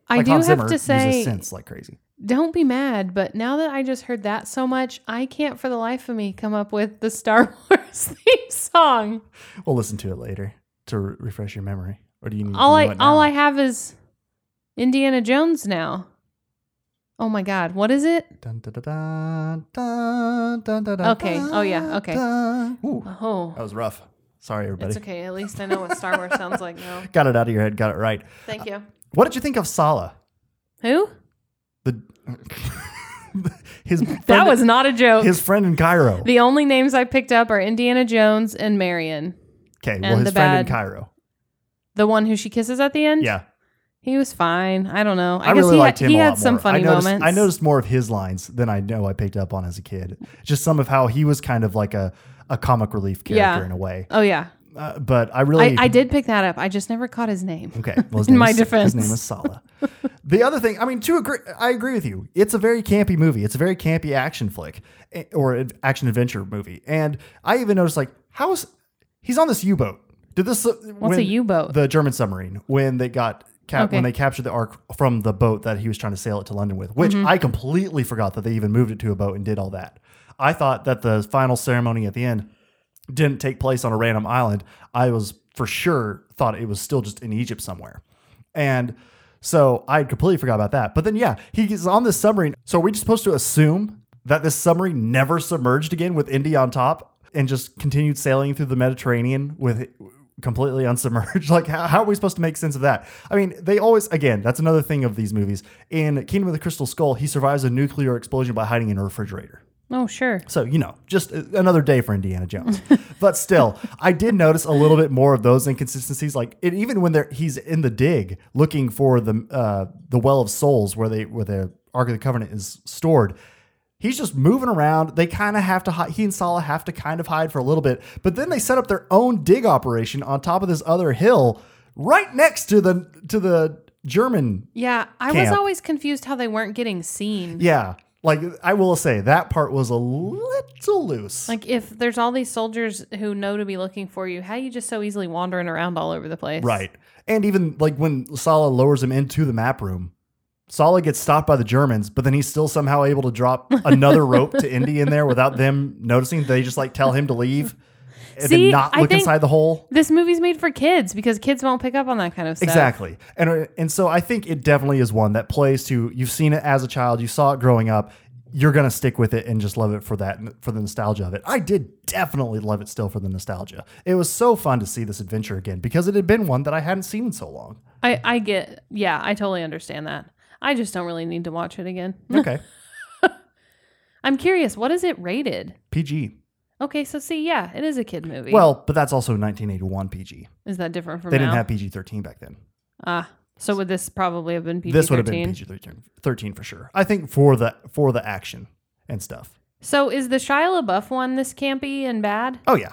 Speaker 2: I
Speaker 1: Like
Speaker 2: do
Speaker 1: Hans
Speaker 2: have
Speaker 1: Zimmer
Speaker 2: to
Speaker 1: uses
Speaker 2: say,
Speaker 1: synths like crazy.
Speaker 2: don't be mad, but now that I just heard that so much, I can't for the life of me come up with the Star Wars theme song.
Speaker 1: We'll listen to it later to re- refresh your memory, or do you need?
Speaker 2: All
Speaker 1: you know
Speaker 2: I
Speaker 1: it
Speaker 2: all
Speaker 1: now?
Speaker 2: I have is Indiana Jones now. Oh my god, what is it?
Speaker 1: Dun, dun, dun, dun, dun, dun, dun, dun,
Speaker 2: Okay. Oh, yeah. Okay.
Speaker 1: dun. Ooh,
Speaker 2: Oh,
Speaker 1: that was rough. Sorry, everybody.
Speaker 2: it's okay. At least I know what Star Wars sounds like now.
Speaker 1: Got it out of your head. Got it right.
Speaker 2: Thank you.
Speaker 1: What did you think of Sala?
Speaker 2: Who?
Speaker 1: The his
Speaker 2: That
Speaker 1: friend-
Speaker 2: was not a joke.
Speaker 1: his friend in Cairo.
Speaker 2: The only names I picked up are Indiana Jones and Marion.
Speaker 1: okay, well,
Speaker 2: and
Speaker 1: his
Speaker 2: the
Speaker 1: friend
Speaker 2: bad-
Speaker 1: in Cairo.
Speaker 2: The one who she kisses at the end?
Speaker 1: Yeah,
Speaker 2: He was fine. I don't know. I,
Speaker 1: I,
Speaker 2: guess
Speaker 1: really
Speaker 2: he
Speaker 1: liked
Speaker 2: had,
Speaker 1: him
Speaker 2: he
Speaker 1: a
Speaker 2: had
Speaker 1: lot
Speaker 2: some
Speaker 1: more.
Speaker 2: funny
Speaker 1: I noticed,
Speaker 2: moments.
Speaker 1: I noticed more of his lines than I know I picked up on as a kid. Just some of how he was kind of like a, a comic relief character
Speaker 2: Yeah.
Speaker 1: in a way.
Speaker 2: Oh, yeah.
Speaker 1: Uh, but I really
Speaker 2: I, I did pick that up. I just never caught his name.
Speaker 1: Okay. Well, his
Speaker 2: In
Speaker 1: name
Speaker 2: my
Speaker 1: is-
Speaker 2: defense.
Speaker 1: his name is Sala. the other thing, I mean, to agree, I agree with you. It's a very campy movie. It's a very campy action flick eh, or an action adventure movie. And I even noticed, like, how is he's on this U boat? Did this what's
Speaker 2: a U-boat?
Speaker 1: The German submarine when they got. Cap-
Speaker 2: Okay.
Speaker 1: When they captured the ark from the boat that he was trying to sail it to London with, which
Speaker 2: Mm-hmm.
Speaker 1: I completely forgot that they even moved it to a boat and did all that. I thought that the final ceremony at the end didn't take place on a random island, I was for sure thought it was still just in Egypt somewhere. And so I completely forgot about that. But then, yeah, he is on this submarine. So are we just supposed to assume that this submarine never submerged again with Indy on top? and just continued sailing through the Mediterranean with it completely unsubmerged. like, how, how are we supposed to make sense of that? I mean, they always, again, that's another thing of these movies. In Kingdom of the Crystal Skull, he survives a nuclear explosion by hiding in a refrigerator.
Speaker 2: Oh, sure.
Speaker 1: So, you know, just a- another day for Indiana Jones. but still, I did notice a little bit more of those inconsistencies. Like, it, even when they're, he's in the dig looking for the uh, the Well of Souls where they where the Ark of the Covenant is stored, he's just moving around. They kind of have to hide. He and Salah have to kind of hide for a little bit. But then they set up their own dig operation on top of this other hill right next to the to the German
Speaker 2: Yeah, I was
Speaker 1: Camp.
Speaker 2: always confused how they weren't getting seen.
Speaker 1: yeah. Like I will say that part was a little loose.
Speaker 2: Like if there's all these soldiers who know to be looking for you, how you just so easily wandering around all over the place?
Speaker 1: Right. And even like when Sala lowers him into the map room, Sala gets stopped by the Germans, but then he's still somehow able to drop another rope to Indy in there without them noticing. They just like tell him to leave and
Speaker 2: See,
Speaker 1: then not
Speaker 2: I
Speaker 1: look
Speaker 2: think-
Speaker 1: inside the hole.
Speaker 2: This movie's made for kids because kids won't pick up on that kind of stuff.
Speaker 1: Exactly. And uh, and so I think it definitely is one that plays to you've seen it as a child, you saw it growing up. You're gonna stick with it and just love it for that, for the nostalgia of it. I did definitely love it still for the nostalgia. It was so fun to see this adventure again because it had been one that I hadn't seen in so long.
Speaker 2: I I get. Yeah, I totally understand that. I just don't really need to watch it again.
Speaker 1: Okay,
Speaker 2: I'm curious, what is it rated?
Speaker 1: PG.
Speaker 2: Okay, so see, yeah, it is a kid movie.
Speaker 1: Well, but that's also 1981 PG.
Speaker 2: is that different from
Speaker 1: They
Speaker 2: now?
Speaker 1: didn't have PG 13 back then.
Speaker 2: ah, so would this probably have been PG-13?
Speaker 1: This would have been PG 13 for sure. I think for the for the action and stuff.
Speaker 2: So is the Shia LaBeouf one this campy and bad?
Speaker 1: Oh yeah,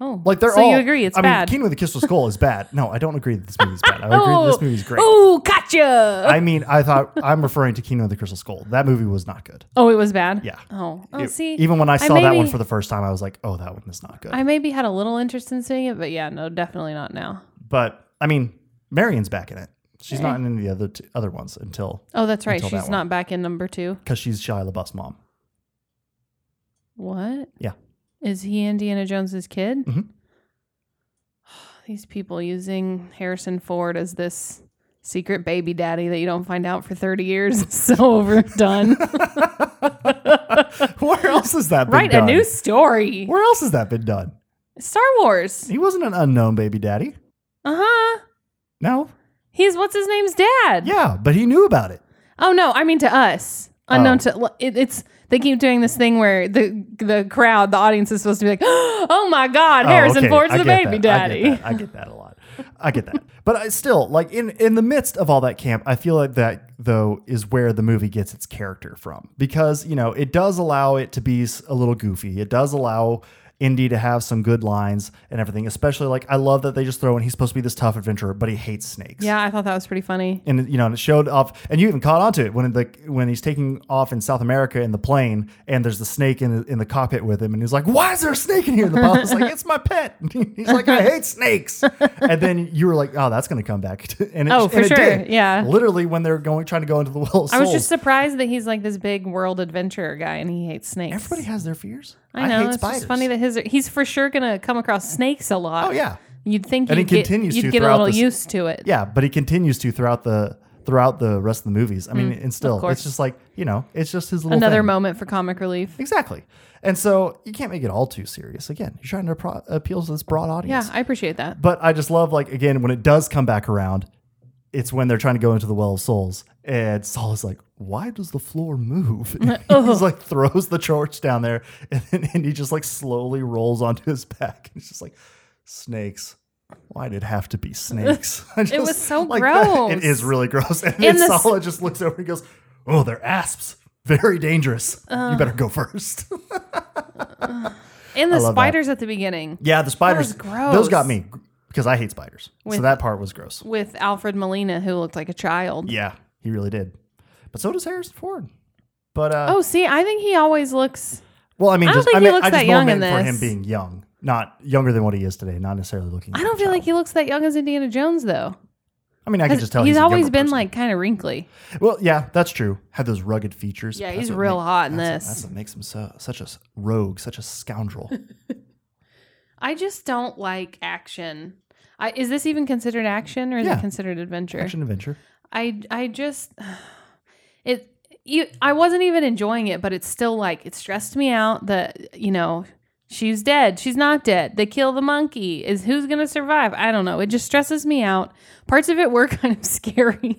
Speaker 2: Oh,
Speaker 1: like they're
Speaker 2: so
Speaker 1: all.
Speaker 2: you agree it's
Speaker 1: I
Speaker 2: bad?
Speaker 1: mean, Kingdom of the Crystal Skull is bad. No, I don't agree that this movie's bad. I agree that this movie's great.
Speaker 2: Oh, gotcha.
Speaker 1: I mean, I thought I'm referring to Kingdom of the Crystal Skull. That movie was not good.
Speaker 2: oh, it was bad.
Speaker 1: Yeah.
Speaker 2: Oh, oh
Speaker 1: It-
Speaker 2: see,
Speaker 1: even when I saw that one
Speaker 2: maybe-
Speaker 1: for the first time, I was like, "Oh, that one is not good."
Speaker 2: I maybe had a little interest in seeing it, but yeah, no, definitely not now.
Speaker 1: but I mean, Marion's back in it.
Speaker 2: Eh.
Speaker 1: She's not in any of the other t- other ones until
Speaker 2: Oh, that's right.
Speaker 1: Until that
Speaker 2: She's
Speaker 1: one.
Speaker 2: not back in number two.
Speaker 1: because she's Shia LaBeouf's mom.
Speaker 2: What?
Speaker 1: Yeah.
Speaker 2: Is he Indiana Jones's kid?
Speaker 1: Mhm.
Speaker 2: These people using Harrison Ford as this secret baby daddy that you don't find out for 30 years. It's so overdone.
Speaker 1: Where else has that been
Speaker 2: Write a
Speaker 1: done?
Speaker 2: new story.
Speaker 1: Where else has that been done?
Speaker 2: Star Wars.
Speaker 1: He wasn't an unknown baby daddy.
Speaker 2: Uh huh.
Speaker 1: No.
Speaker 2: He's what's his name's dad.
Speaker 1: Yeah, but he knew about it.
Speaker 2: Oh no, I mean to us,
Speaker 1: Oh.
Speaker 2: unknown to it, it's. They keep doing this thing where the the crowd, the audience is supposed to be like, "Oh my God, Harrison
Speaker 1: Oh, okay.
Speaker 2: Ford's
Speaker 1: I
Speaker 2: the
Speaker 1: get
Speaker 2: baby
Speaker 1: that. I get
Speaker 2: daddy."
Speaker 1: that. I get, that a lot. I get that. But I still like in in the midst of all that camp, I feel like that though is where the movie gets its character from because you know it does allow it to be s- a little goofy. It does allow. Indy to have some good lines and everything, especially like I love that they just throw in he's supposed to be this tough adventurer, but he hates snakes.
Speaker 2: Yeah, I thought that was pretty funny.
Speaker 1: and you know, and it showed off, and you even caught onto it when the when he's taking off in South America in the plane, and there's the snake in the, in the cockpit with him, and he's like, "Why is there a snake in here?" And the pilot's like, "It's my pet." And he's like, "I hate snakes." and then you were like, "Oh, that's gonna come back," and it,
Speaker 2: Oh, for
Speaker 1: and it
Speaker 2: sure.
Speaker 1: did.
Speaker 2: Yeah.
Speaker 1: literally when they're going trying to go into the well. Of
Speaker 2: I was
Speaker 1: Souls.
Speaker 2: just surprised that he's like this big world adventurer guy, and he hates snakes.
Speaker 1: everybody has their fears.
Speaker 2: I know.
Speaker 1: hate
Speaker 2: it's
Speaker 1: spiders.
Speaker 2: just funny that his he's for sure gonna come across snakes a lot.
Speaker 1: oh yeah,
Speaker 2: You'd think
Speaker 1: And
Speaker 2: you'd
Speaker 1: he
Speaker 2: get,
Speaker 1: continues
Speaker 2: you'd
Speaker 1: to
Speaker 2: get a
Speaker 1: throughout
Speaker 2: little
Speaker 1: this-
Speaker 2: used to it.
Speaker 1: yeah, but he continues to throughout the throughout the rest of the movies. I mean, and still,
Speaker 2: Mm, course.
Speaker 1: it's just like you know, it's just his little
Speaker 2: Another
Speaker 1: thing.
Speaker 2: moment for comic relief.
Speaker 1: Exactly. And so you can't make it all too serious. Again, you're trying to appro appeal to this broad
Speaker 2: Yeah,
Speaker 1: audience.
Speaker 2: I appreciate that.
Speaker 1: But I just love, like, again, when it does come back around, it's when they're trying to go into the Well of Souls. And Saul is like, why does the floor move? And he's like, throws the torch down there. And then and he just like slowly rolls onto his back. It's just like, snakes. Why did it have to be snakes? I just-
Speaker 2: was so
Speaker 1: that-
Speaker 2: gross.
Speaker 1: It is really gross. And,
Speaker 2: And
Speaker 1: then
Speaker 2: the s-
Speaker 1: Saul just looks over and goes, oh, they're asps. Very dangerous. you
Speaker 2: Uh.
Speaker 1: better go first.
Speaker 2: And the
Speaker 1: love that.
Speaker 2: spiders at the beginning
Speaker 1: Yeah, the spiders.
Speaker 2: was gross.
Speaker 1: Those got me because I hate spiders.
Speaker 2: With-
Speaker 1: so that part was gross.
Speaker 2: with Alfred Molina, who looked like a child.
Speaker 1: Yeah, he really did. But so does Harrison Ford. But uh,
Speaker 2: Oh, see, I think he always looks.
Speaker 1: well, I mean,
Speaker 2: I don't
Speaker 1: just
Speaker 2: think
Speaker 1: I
Speaker 2: he
Speaker 1: mean,
Speaker 2: looks
Speaker 1: I just
Speaker 2: that young
Speaker 1: more
Speaker 2: in
Speaker 1: meant for him
Speaker 2: this.
Speaker 1: being young, not younger than what he is today, not necessarily looking.
Speaker 2: I don't feel like he looks that young as Indiana Jones, though.
Speaker 1: I mean, I can
Speaker 2: He's,
Speaker 1: just tell. a
Speaker 2: always
Speaker 1: younger
Speaker 2: been
Speaker 1: person.
Speaker 2: like kind of wrinkly.
Speaker 1: Well, yeah, that's true. Had those rugged features.
Speaker 2: Yeah,
Speaker 1: That's
Speaker 2: he's
Speaker 1: what
Speaker 2: real
Speaker 1: make-
Speaker 2: hot in
Speaker 1: that's what-
Speaker 2: this.
Speaker 1: that's what makes him so such a s- rogue, such a scoundrel.
Speaker 2: I just don't like action. I, is this even considered action or is it
Speaker 1: Yeah.
Speaker 2: considered adventure?
Speaker 1: Action adventure.
Speaker 2: I I just it you I wasn't even enjoying it, but it's still like it stressed me out that you know she's dead. She's not dead. They kill the monkey. Is who's going to survive? I don't know. It just stresses me out. Parts of it were kind of scary.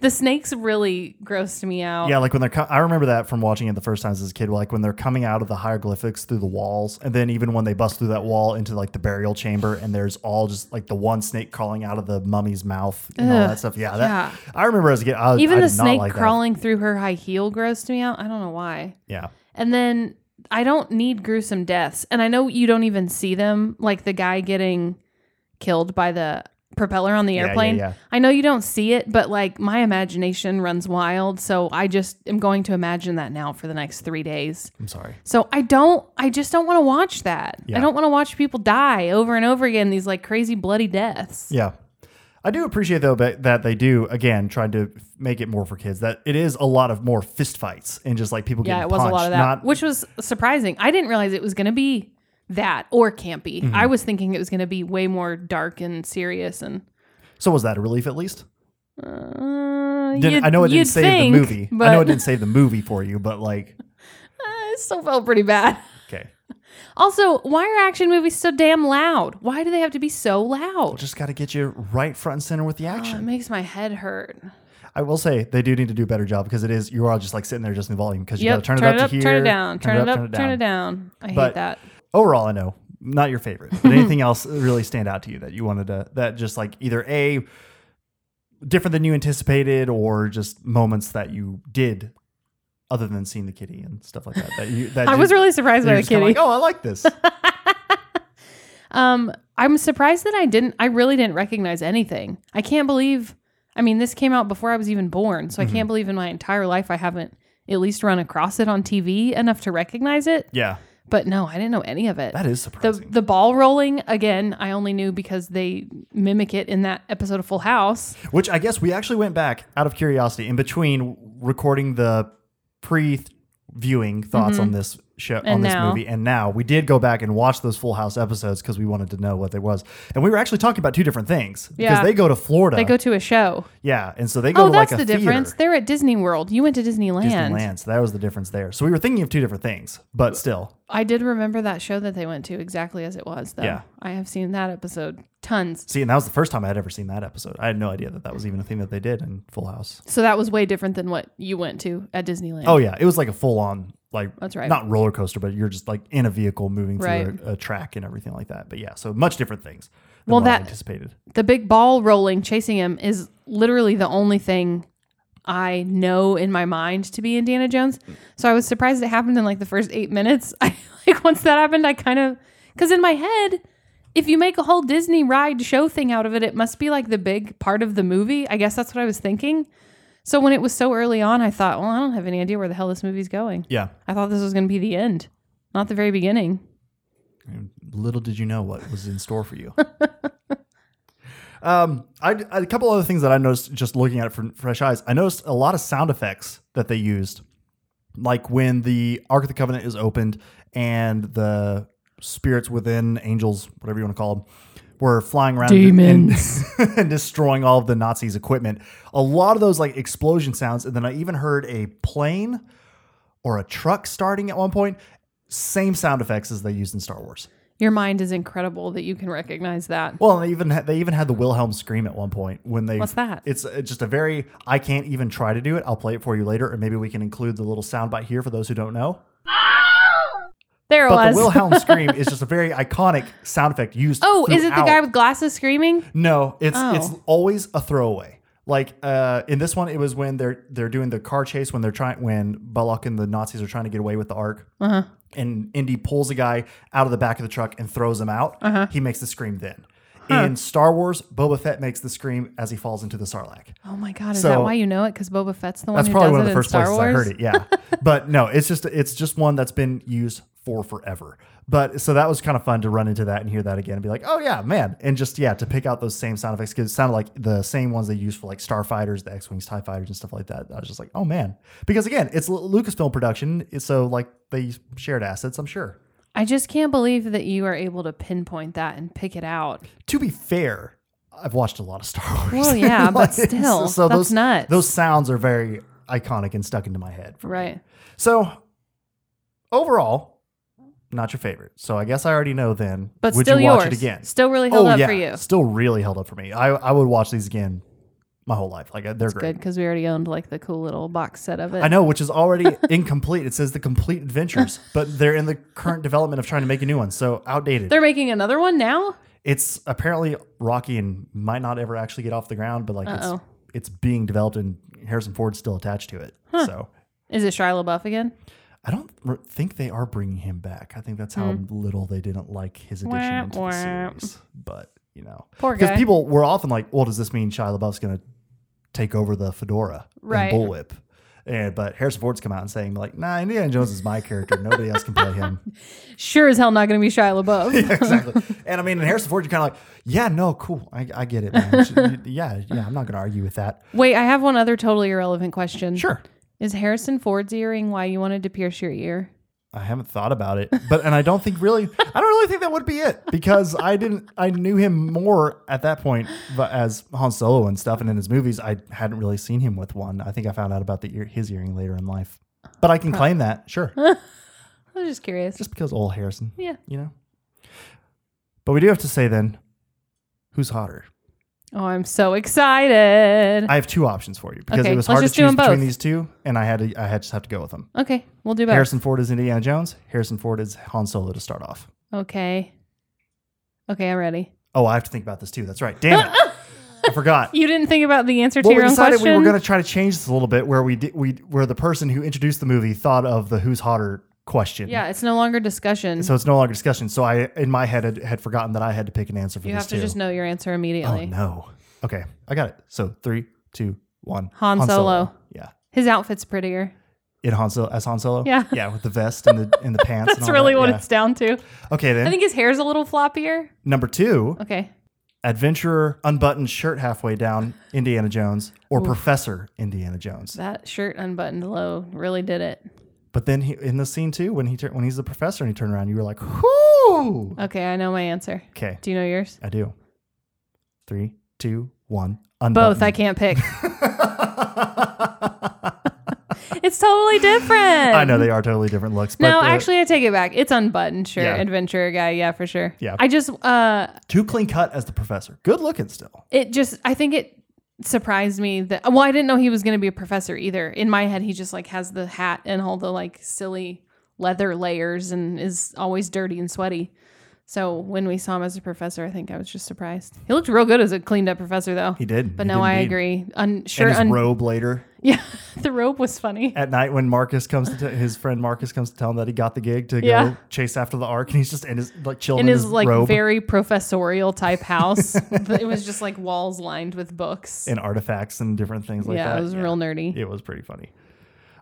Speaker 2: the snakes really grossed me out.
Speaker 1: Yeah, like when they're. Co- I remember that from watching it the first time as a kid. Like when they're coming out of the hieroglyphics through the walls, and then even when they bust through that wall into like the burial chamber, and there's all just like the one snake crawling out of the mummy's mouth and all
Speaker 2: Ugh,
Speaker 1: that stuff. Yeah, that,
Speaker 2: yeah.
Speaker 1: I remember as a kid. I,
Speaker 2: Even
Speaker 1: I
Speaker 2: the
Speaker 1: did not
Speaker 2: snake
Speaker 1: like that.
Speaker 2: crawling through her high heel grossed me out. I don't know why.
Speaker 1: Yeah,
Speaker 2: And then I don't need gruesome deaths. And I know you don't even see them, like the guy getting killed by the propeller on the
Speaker 1: Yeah, yeah,
Speaker 2: airplane.
Speaker 1: yeah.
Speaker 2: I know you don't see it, but like my imagination runs wild. So I just am going to imagine that now for the next three days.
Speaker 1: I'm sorry.
Speaker 2: So I don't, I just don't want to watch that.
Speaker 1: Yeah.
Speaker 2: I don't want to watch people die over and over again, these like crazy bloody deaths.
Speaker 1: Yeah. I do appreciate though that, that they do again trying to f- make it more for kids. That it is a lot of more fist fights and just like people
Speaker 2: Yeah,
Speaker 1: getting
Speaker 2: it was
Speaker 1: punched,
Speaker 2: a lot of that,
Speaker 1: not
Speaker 2: which was surprising. I didn't realize it was going to be that or campy.
Speaker 1: Mm-hmm.
Speaker 2: I was thinking it was going to be way more dark and serious. And
Speaker 1: So was that a relief at least?
Speaker 2: uh,
Speaker 1: Didn't,
Speaker 2: you'd-
Speaker 1: I know it
Speaker 2: you'd
Speaker 1: didn't save
Speaker 2: think,
Speaker 1: the movie.
Speaker 2: but
Speaker 1: I know it didn't save the movie for you, but like,
Speaker 2: uh, it still felt pretty bad.
Speaker 1: okay,
Speaker 2: Also, why are action movies so damn loud? Why do they have to be so loud?
Speaker 1: just got to get you right front and center with the
Speaker 2: Oh, it
Speaker 1: action.
Speaker 2: makes my head hurt.
Speaker 1: I will say they do need to do a better job because it is you are just like sitting there just in volume because you
Speaker 2: yep,
Speaker 1: got to turn, it up, to here,
Speaker 2: turn it down, turn, it up, turn it down. I
Speaker 1: But-
Speaker 2: hate that.
Speaker 1: Overall, I know not your favorite, but anything else really stand out to you that you wanted to that just like either a different than you anticipated or just moments that you did other than seeing the kitty and stuff like that. That you that
Speaker 2: I
Speaker 1: you-
Speaker 2: was really surprised
Speaker 1: you're
Speaker 2: by the
Speaker 1: just kinda
Speaker 2: kitty.
Speaker 1: Like, oh, I like this.
Speaker 2: Um, I'm surprised that I didn't. I really didn't recognize anything. I can't believe. I mean, this came out before I was even born, so I
Speaker 1: Mm-hmm.
Speaker 2: can't believe in my entire life I haven't at least run across it on TV enough to recognize it.
Speaker 1: yeah,
Speaker 2: But no, I didn't know any of it.
Speaker 1: that is
Speaker 2: the
Speaker 1: surprising.
Speaker 2: the ball rolling again. I only knew because they mimic it in that episode of Full House.
Speaker 1: Which I guess we actually went back out of curiosity in between recording the pre viewing thoughts on this show on
Speaker 2: Mm-hmm. And
Speaker 1: this
Speaker 2: now.
Speaker 1: movie and now we did go back and watch those full house episodes because we wanted to know what they was and we were actually talking about two different things because
Speaker 2: Yeah.
Speaker 1: they go to florida
Speaker 2: They go to a show.
Speaker 1: yeah and so they go
Speaker 2: Oh,
Speaker 1: to
Speaker 2: that's
Speaker 1: like a
Speaker 2: the difference.
Speaker 1: theater,
Speaker 2: They're at Disney World. You went to Disneyland.
Speaker 1: disneyland so that was the difference there so we were thinking of two different things but still
Speaker 2: I did remember that show that they went to exactly as it was, though.
Speaker 1: Yeah.
Speaker 2: I have seen that episode tons.
Speaker 1: see and that was the first time i had ever seen that episode i had no idea that that was even a thing that they did in full house
Speaker 2: So that was way different than what you went to at Disneyland.
Speaker 1: Oh yeah, it was like a full on like
Speaker 2: That's right.
Speaker 1: Not roller coaster, but you're just like in a vehicle moving through
Speaker 2: Right.
Speaker 1: a, a track and everything like that. But yeah, so much different things. Than
Speaker 2: Well,
Speaker 1: what I
Speaker 2: that-
Speaker 1: anticipated.
Speaker 2: The big ball rolling chasing him is literally the only thing I know in my mind to be Indiana Jones. So I was surprised it happened in like the first 8 minutes. I like once that happened I kind of cuz in my head if you make a whole Disney ride show thing out of it, it must be like the big part of the movie. I guess that's what I was thinking. So when it was so early on, I thought, well, I don't have any idea where the hell this movie's going.
Speaker 1: Yeah.
Speaker 2: I thought this was going to be the end, not the very beginning.
Speaker 1: And Little did you know what was in store for you. um, I, I- a couple other things that I noticed just looking at it from fresh eyes. I noticed a lot of sound effects that they used, like when the Ark of the Covenant is opened and the spirits within, angels, whatever you want to call them, were flying around and- and- and destroying all of the Nazis' equipment. A lot of those like explosion sounds, and then I even heard a plane or a truck starting at one point. Same sound effects as they used in Star Wars.
Speaker 2: Your mind is incredible that you can recognize that.
Speaker 1: Well, and they even had, they even had the Wilhelm scream at one point when they.
Speaker 2: What's that?
Speaker 1: It's uh, just a very. I can't even try to do it. I'll play it for you later, or maybe we can include the little soundbite here for those who don't know.
Speaker 2: There it
Speaker 1: But
Speaker 2: was.
Speaker 1: the Wilhelm scream is just a very iconic sound effect used.
Speaker 2: oh, is it the
Speaker 1: throughout.
Speaker 2: guy with glasses screaming?
Speaker 1: No, it's it's
Speaker 2: Oh.
Speaker 1: always a throwaway. Like uh, in this one, it was when they're they're doing the car chase when they're trying when Balak and the Nazis are trying to get away with the Ark,
Speaker 2: Uh-huh.
Speaker 1: and Indy pulls a guy out of the back of the truck and throws him out.
Speaker 2: Uh-huh.
Speaker 1: He makes the scream then. In Star Wars, Boba Fett makes the scream as he falls into the Sarlacc.
Speaker 2: Oh my god, is
Speaker 1: So-
Speaker 2: that why you know it? Because Boba Fett's the one
Speaker 1: That's
Speaker 2: who
Speaker 1: probably
Speaker 2: does
Speaker 1: one of
Speaker 2: it
Speaker 1: the
Speaker 2: in
Speaker 1: first
Speaker 2: Star
Speaker 1: places
Speaker 2: Wars.
Speaker 1: I heard it. Yeah, but no, it's just it's just one that's been used for forever. But so that was kind of fun to run into that and hear that again and be like, oh yeah, man, and just yeah to pick out those same sound effects because it sounded like the same ones they use for like starfighters, the X wings, Tie fighters, and stuff like that. I was just like, oh man, because again, it's a Lucasfilm production, it's so like they shared assets, I'm sure.
Speaker 2: I just can't believe that you are able to pinpoint that and pick it out.
Speaker 1: To be fair, I've watched a lot of Star Wars.
Speaker 2: Well, yeah, but
Speaker 1: Like,
Speaker 2: still, that's
Speaker 1: those
Speaker 2: nuts.
Speaker 1: those sounds are very iconic and stuck into my head.
Speaker 2: Right.
Speaker 1: So overall, Not your favorite. So I guess I already know then.
Speaker 2: But
Speaker 1: would
Speaker 2: still
Speaker 1: you
Speaker 2: yours.
Speaker 1: watch it again?
Speaker 2: Still really held
Speaker 1: oh,
Speaker 2: up
Speaker 1: yeah.
Speaker 2: for you. It's
Speaker 1: Still really held up for me. I, I would watch these again my whole life. Like uh, they're great.
Speaker 2: good because we already owned like the cool little box set of it.
Speaker 1: I know, which is already incomplete. It says the complete adventures, but they're in the current development of trying to make a new one, so outdated.
Speaker 2: They're making another one now?
Speaker 1: it's apparently rocky and might not ever actually get off the ground, but like
Speaker 2: Uh-oh.
Speaker 1: it's it's being developed and Harrison Ford's still attached to it. So
Speaker 2: Is it Shia LaBeouf again?
Speaker 1: I don't r think they are bringing him back. I think that's how little they didn't like his addition
Speaker 2: Hmm. Wah,
Speaker 1: into
Speaker 2: wah.
Speaker 1: the series. But you know,
Speaker 2: Poor
Speaker 1: because
Speaker 2: guy.
Speaker 1: people were often like, "Well, does this mean Shia LaBeouf's going to take over the fedora
Speaker 2: Right.
Speaker 1: and bullwhip?" And but Harrison Ford's come out and saying like, "Nah, Indiana Jones is my character. Nobody else can play him."
Speaker 2: sure as hell not going to be Shia LaBeouf.
Speaker 1: Yeah, exactly. And I mean, in Harrison Ford, you're kind of like, "Yeah, no, cool. I, I get it, man. Sh- y- yeah, yeah. I'm not going to argue with that.
Speaker 2: Wait, I have one other totally irrelevant question.
Speaker 1: Sure."
Speaker 2: Is Harrison Ford's earring why you wanted to pierce your ear?
Speaker 1: I haven't thought about it, but and I don't think really, I don't really think that would be it because I didn't, I knew him more at that point, but as Han Solo and stuff, and in his movies, I hadn't really seen him with one. I think I found out about the ear, his earring later in life, but I can claim that, sure,
Speaker 2: I was just curious.
Speaker 1: just because old Harrison,
Speaker 2: yeah.
Speaker 1: you know. But we do have to say then, who's hotter?
Speaker 2: Oh, I'm so excited.
Speaker 1: I have two options for you because
Speaker 2: Okay,
Speaker 1: it was
Speaker 2: let's
Speaker 1: hard to
Speaker 2: just do 'em
Speaker 1: choose between
Speaker 2: both.
Speaker 1: these two, and I had to, I had just have to go with them.
Speaker 2: okay, we'll do both.
Speaker 1: Harrison Ford is Indiana Jones. Harrison Ford is Han Solo to start off.
Speaker 2: Okay. Okay, I'm ready.
Speaker 1: Oh, I have to think about this too. That's right. Damn it. I forgot.
Speaker 2: You didn't think about the answer to
Speaker 1: Well, we
Speaker 2: your own
Speaker 1: decided
Speaker 2: question.
Speaker 1: we were going to try to change this a little bit where we did, we where the person who introduced the movie thought of the who's hotter question.
Speaker 2: yeah, it's no longer discussion.
Speaker 1: So it's no longer discussion. So I in my head had, had forgotten that I had to pick an answer for
Speaker 2: you
Speaker 1: this
Speaker 2: have to
Speaker 1: too.
Speaker 2: just know your answer
Speaker 1: oh
Speaker 2: immediately.
Speaker 1: no. Okay, I got it. So three, two, one.
Speaker 2: Han Solo.
Speaker 1: Yeah.
Speaker 2: His outfit's prettier.
Speaker 1: In Han Solo as Han Solo.
Speaker 2: Yeah.
Speaker 1: Yeah, with the vest and the and the pants.
Speaker 2: That's really what
Speaker 1: it's.
Speaker 2: it's down to.
Speaker 1: Okay then.
Speaker 2: I think his hair's a little floppier.
Speaker 1: Number two,
Speaker 2: Okay.
Speaker 1: adventurer unbuttoned shirt halfway down Indiana Jones or Professor Indiana Jones.
Speaker 2: That shirt unbuttoned low really did it.
Speaker 1: But then he, in the scene too, when he tur- when he's the professor and he turned around, you were like, "Whoo!"
Speaker 2: Okay, I know my answer.
Speaker 1: Okay,
Speaker 2: Do you know yours?
Speaker 1: I do. Three, two, one.
Speaker 2: Both. I
Speaker 1: unbutton.
Speaker 2: can't pick. it's totally different.
Speaker 1: I know they are totally different looks. But
Speaker 2: No,
Speaker 1: the-
Speaker 2: actually, I take it back. It's unbuttoned, sure.
Speaker 1: Yeah.
Speaker 2: Adventure guy, yeah, for sure.
Speaker 1: Yeah.
Speaker 2: I just, uh,
Speaker 1: too clean cut as the professor. Good looking still.
Speaker 2: it just, I think it surprised me that. Well, I didn't know he was going to be a professor either. In my head, he just like has the hat and all the like silly leather layers and is always dirty and sweaty. So when we saw him as a professor, I think I was just surprised. He looked real good as a cleaned up professor, though.
Speaker 1: He did.
Speaker 2: But
Speaker 1: He
Speaker 2: no,
Speaker 1: did
Speaker 2: I
Speaker 1: indeed.
Speaker 2: agree. Un-
Speaker 1: And
Speaker 2: sure,
Speaker 1: his
Speaker 2: un-
Speaker 1: robe later
Speaker 2: yeah, the rope was funny.
Speaker 1: at night when Marcus comes to t- his friend Marcus comes to tell him that he got the gig to
Speaker 2: Yeah.
Speaker 1: go chase after the ark, and he's just in his like chilling
Speaker 2: in his like
Speaker 1: robe
Speaker 2: very professorial type house. it was just like walls lined with books.
Speaker 1: and artifacts and different things like
Speaker 2: yeah,
Speaker 1: that.
Speaker 2: it was real nerdy.
Speaker 1: It was pretty funny.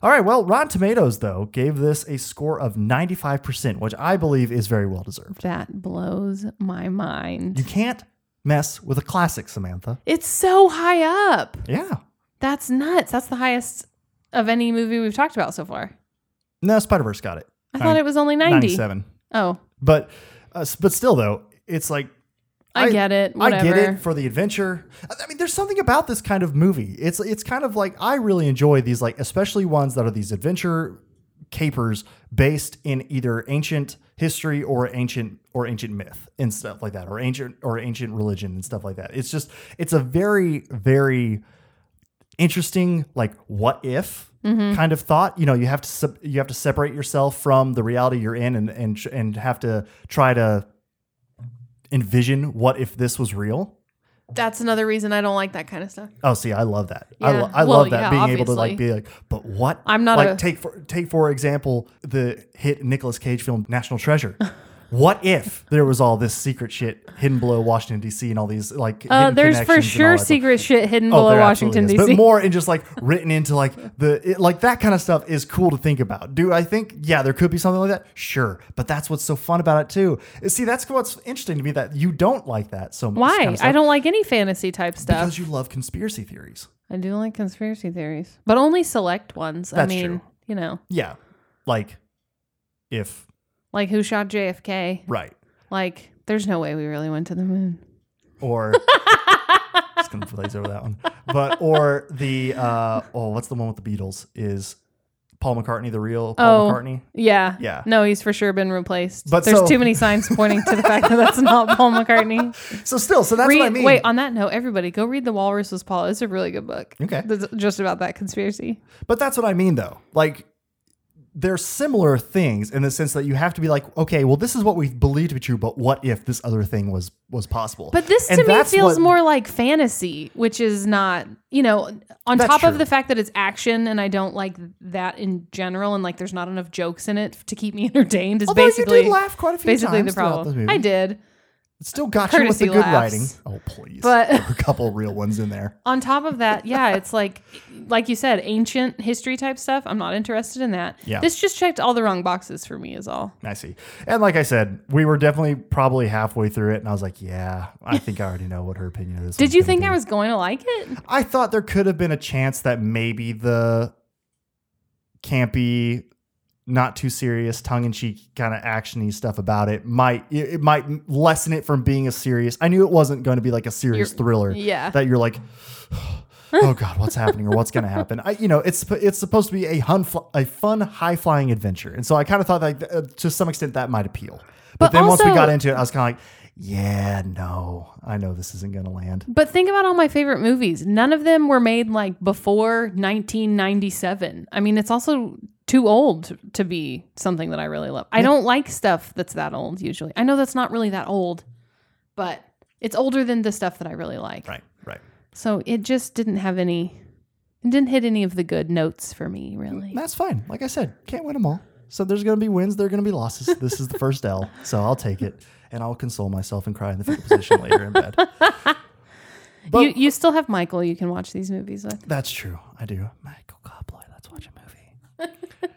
Speaker 1: All right. Well, Rotten Tomatoes, though, gave this a score of 95%, which I believe is very well deserved.
Speaker 2: That blows my mind.
Speaker 1: You can't mess with a classic, Samantha.
Speaker 2: It's so high up.
Speaker 1: Yeah.
Speaker 2: That's nuts. That's the highest of any movie we've talked about so far.
Speaker 1: No, Spider Verse got it.
Speaker 2: I thought
Speaker 1: Nine-
Speaker 2: it was only 90.
Speaker 1: 97.
Speaker 2: Oh,
Speaker 1: But, uh, s- but still, though, it's like.
Speaker 2: I, get it. Whatever.
Speaker 1: I get it for the adventure. I- I mean, there's something about this kind of movie. It's it's kind of like I really enjoy these, like especially ones that are these adventure capers based in either ancient history or ancient or ancient myth and stuff like that, or ancient or ancient religion and stuff like that. It's just it's a very very interesting like what if kind of thought you know you have to sep- you have to separate yourself from the reality you're in and and tr- and have to try to envision what if this was real
Speaker 2: That's another reason I don't like that kind of stuff.
Speaker 1: oh see i love that i,
Speaker 2: Yeah.
Speaker 1: lo- I
Speaker 2: Well,
Speaker 1: love that
Speaker 2: yeah,
Speaker 1: being able to like
Speaker 2: obviously.
Speaker 1: be like but what
Speaker 2: I'm not
Speaker 1: like
Speaker 2: a-
Speaker 1: take for take for example the hit Nicolas cage film national treasure what if there was all this secret shit hidden below washington dc and all these like
Speaker 2: Uh,
Speaker 1: hidden
Speaker 2: there's for
Speaker 1: connections and all
Speaker 2: sure
Speaker 1: that stuff?
Speaker 2: secret shit hidden
Speaker 1: Oh,
Speaker 2: below
Speaker 1: there
Speaker 2: Washington
Speaker 1: absolutely is.
Speaker 2: D.C.
Speaker 1: But more in just like written into like the it, like that kind of stuff is cool to think about. Do I think yeah, there could be something like that? Sure, but that's what's so fun about it too. Uh, See, that's what's interesting to me that you don't like that so much.
Speaker 2: Why?
Speaker 1: kind of
Speaker 2: I
Speaker 1: stuff,
Speaker 2: don't like any fantasy type stuff.
Speaker 1: because you love conspiracy theories.
Speaker 2: I do like conspiracy theories, but only select ones. I
Speaker 1: That's
Speaker 2: mean,
Speaker 1: true.
Speaker 2: you know,
Speaker 1: Yeah, like if
Speaker 2: like who shot JFK?
Speaker 1: right
Speaker 2: Like, there's no way we really went to the moon.
Speaker 1: or. Just gonna glaze over that one, but or the uh, oh, what's the one with the Beatles? Is Paul McCartney, the real Paul
Speaker 2: Oh.
Speaker 1: McCartney.
Speaker 2: Yeah.
Speaker 1: Yeah.
Speaker 2: No, he's for sure been replaced.
Speaker 1: But
Speaker 2: But there's
Speaker 1: so-
Speaker 2: too many signs pointing to the fact that that's not Paul McCartney.
Speaker 1: So still, so that's
Speaker 2: Read,
Speaker 1: what I mean.
Speaker 2: Wait, on that note, everybody go read The Walrus Was Paul. It's a really good book.
Speaker 1: Okay.
Speaker 2: That's just about that conspiracy.
Speaker 1: But that's what I mean, though. Like, they're similar things in the sense that you have to be like, okay, well, this is what we believe to be true, but what if this other thing was was possible?
Speaker 2: But this
Speaker 1: And
Speaker 2: to me
Speaker 1: that's
Speaker 2: feels
Speaker 1: what-
Speaker 2: more like fantasy, which is not, you know, on
Speaker 1: That's
Speaker 2: top
Speaker 1: true.
Speaker 2: of the fact that it's action and I don't like that in general and like there's not enough jokes in it to keep me entertained is
Speaker 1: Although
Speaker 2: basically
Speaker 1: you did laugh quite a few
Speaker 2: basically
Speaker 1: times
Speaker 2: the
Speaker 1: throughout this
Speaker 2: problem.
Speaker 1: movie.
Speaker 2: I did.
Speaker 1: It still got you with the
Speaker 2: Courtesy
Speaker 1: good writing.
Speaker 2: laughs.
Speaker 1: Oh, please.
Speaker 2: But-
Speaker 1: There were a couple real ones in there.
Speaker 2: on top of that, yeah, it's like, like you said, ancient history type stuff. I'm not interested in that.
Speaker 1: Yeah.
Speaker 2: This just checked all the wrong boxes for me, is all.
Speaker 1: I see. And like I said, we were definitely probably halfway through it, and I was like, yeah, I think I already know what her opinion of this.
Speaker 2: Did
Speaker 1: one's
Speaker 2: you
Speaker 1: gonna
Speaker 2: think
Speaker 1: be.
Speaker 2: I was going to like it?
Speaker 1: I thought there could have been a chance that maybe the campy, not too serious, tongue in cheek kind of actiony stuff about it might it, it might lessen it from being a serious. I knew it wasn't going to be like a serious
Speaker 2: You're-
Speaker 1: thriller
Speaker 2: Yeah.
Speaker 1: that you're like, oh god, what's happening or what's going to happen? I, you know, it's sp- it's supposed to be a hun fl- a fun high flying adventure, and so I kind of thought like uh, to some extent that might appeal. But,
Speaker 2: But
Speaker 1: then once we
Speaker 2: also-
Speaker 1: got into it, I was kind of like, yeah, no, I know this isn't going to land.
Speaker 2: But think about all my favorite movies. None of them were made like before 1997. I mean, it's also too old to be something that I really love. I don't like stuff that's that old usually. I know that's not really that old, but it's older than the stuff that I really like.
Speaker 1: Right, right.
Speaker 2: So it just didn't have any, it didn't hit any of the good notes for me, really.
Speaker 1: That's fine. Like I said, can't win them all. So there's going to be wins, there're going to be losses. This is the first L, so I'll take it and I'll console myself and cry in the fetal position later in bed. But
Speaker 2: you, you still have Michael you can watch these movies with.
Speaker 1: that's true. I do. Michael Coppola, let's watch a movie.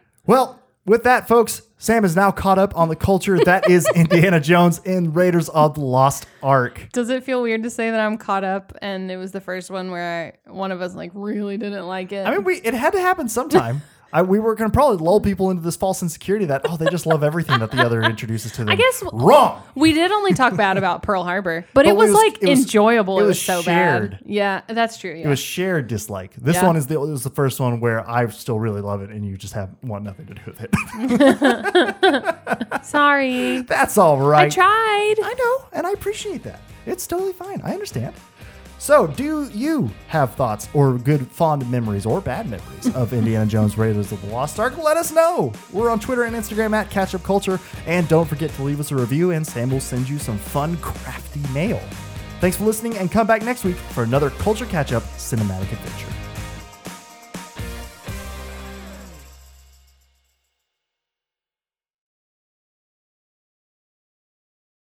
Speaker 1: well, with that, folks, Sam is now caught up on the culture that is Indiana Jones in Raiders of the Lost Ark.
Speaker 2: Does it feel weird to say that I'm caught up and it was the first one where I, one of us like really didn't like it?
Speaker 1: I mean, we it had to happen sometime. I, we were going to probably lull people into this false insecurity that oh, they just love everything that the other introduces to them. I
Speaker 2: guess-
Speaker 1: wrong.
Speaker 2: We did only talk bad about Pearl Harbor, but, it,
Speaker 1: it
Speaker 2: was,
Speaker 1: was-
Speaker 2: like
Speaker 1: it was-
Speaker 2: enjoyable.
Speaker 1: it
Speaker 2: It
Speaker 1: was
Speaker 2: was, so
Speaker 1: shared.
Speaker 2: bad. Yeah, that's true. Yeah.
Speaker 1: It was shared dislike. This
Speaker 2: Yeah.
Speaker 1: one is the is the first one where I still really love it, and you just have want nothing to do with it.
Speaker 2: Sorry,
Speaker 1: That's all
Speaker 2: I
Speaker 1: right.
Speaker 2: tried.
Speaker 1: I know, and I appreciate that. It's totally fine. I understand. So, do you have thoughts or good fond memories or bad memories of Indiana Jones Raiders of the Lost Ark? Let us know. We're on Twitter and Instagram at Catch Up Culture, and don't forget to leave us a review. And Sam will send you some fun, crafty mail. Thanks for listening, and come back next week for another Culture Catch Up cinematic adventure.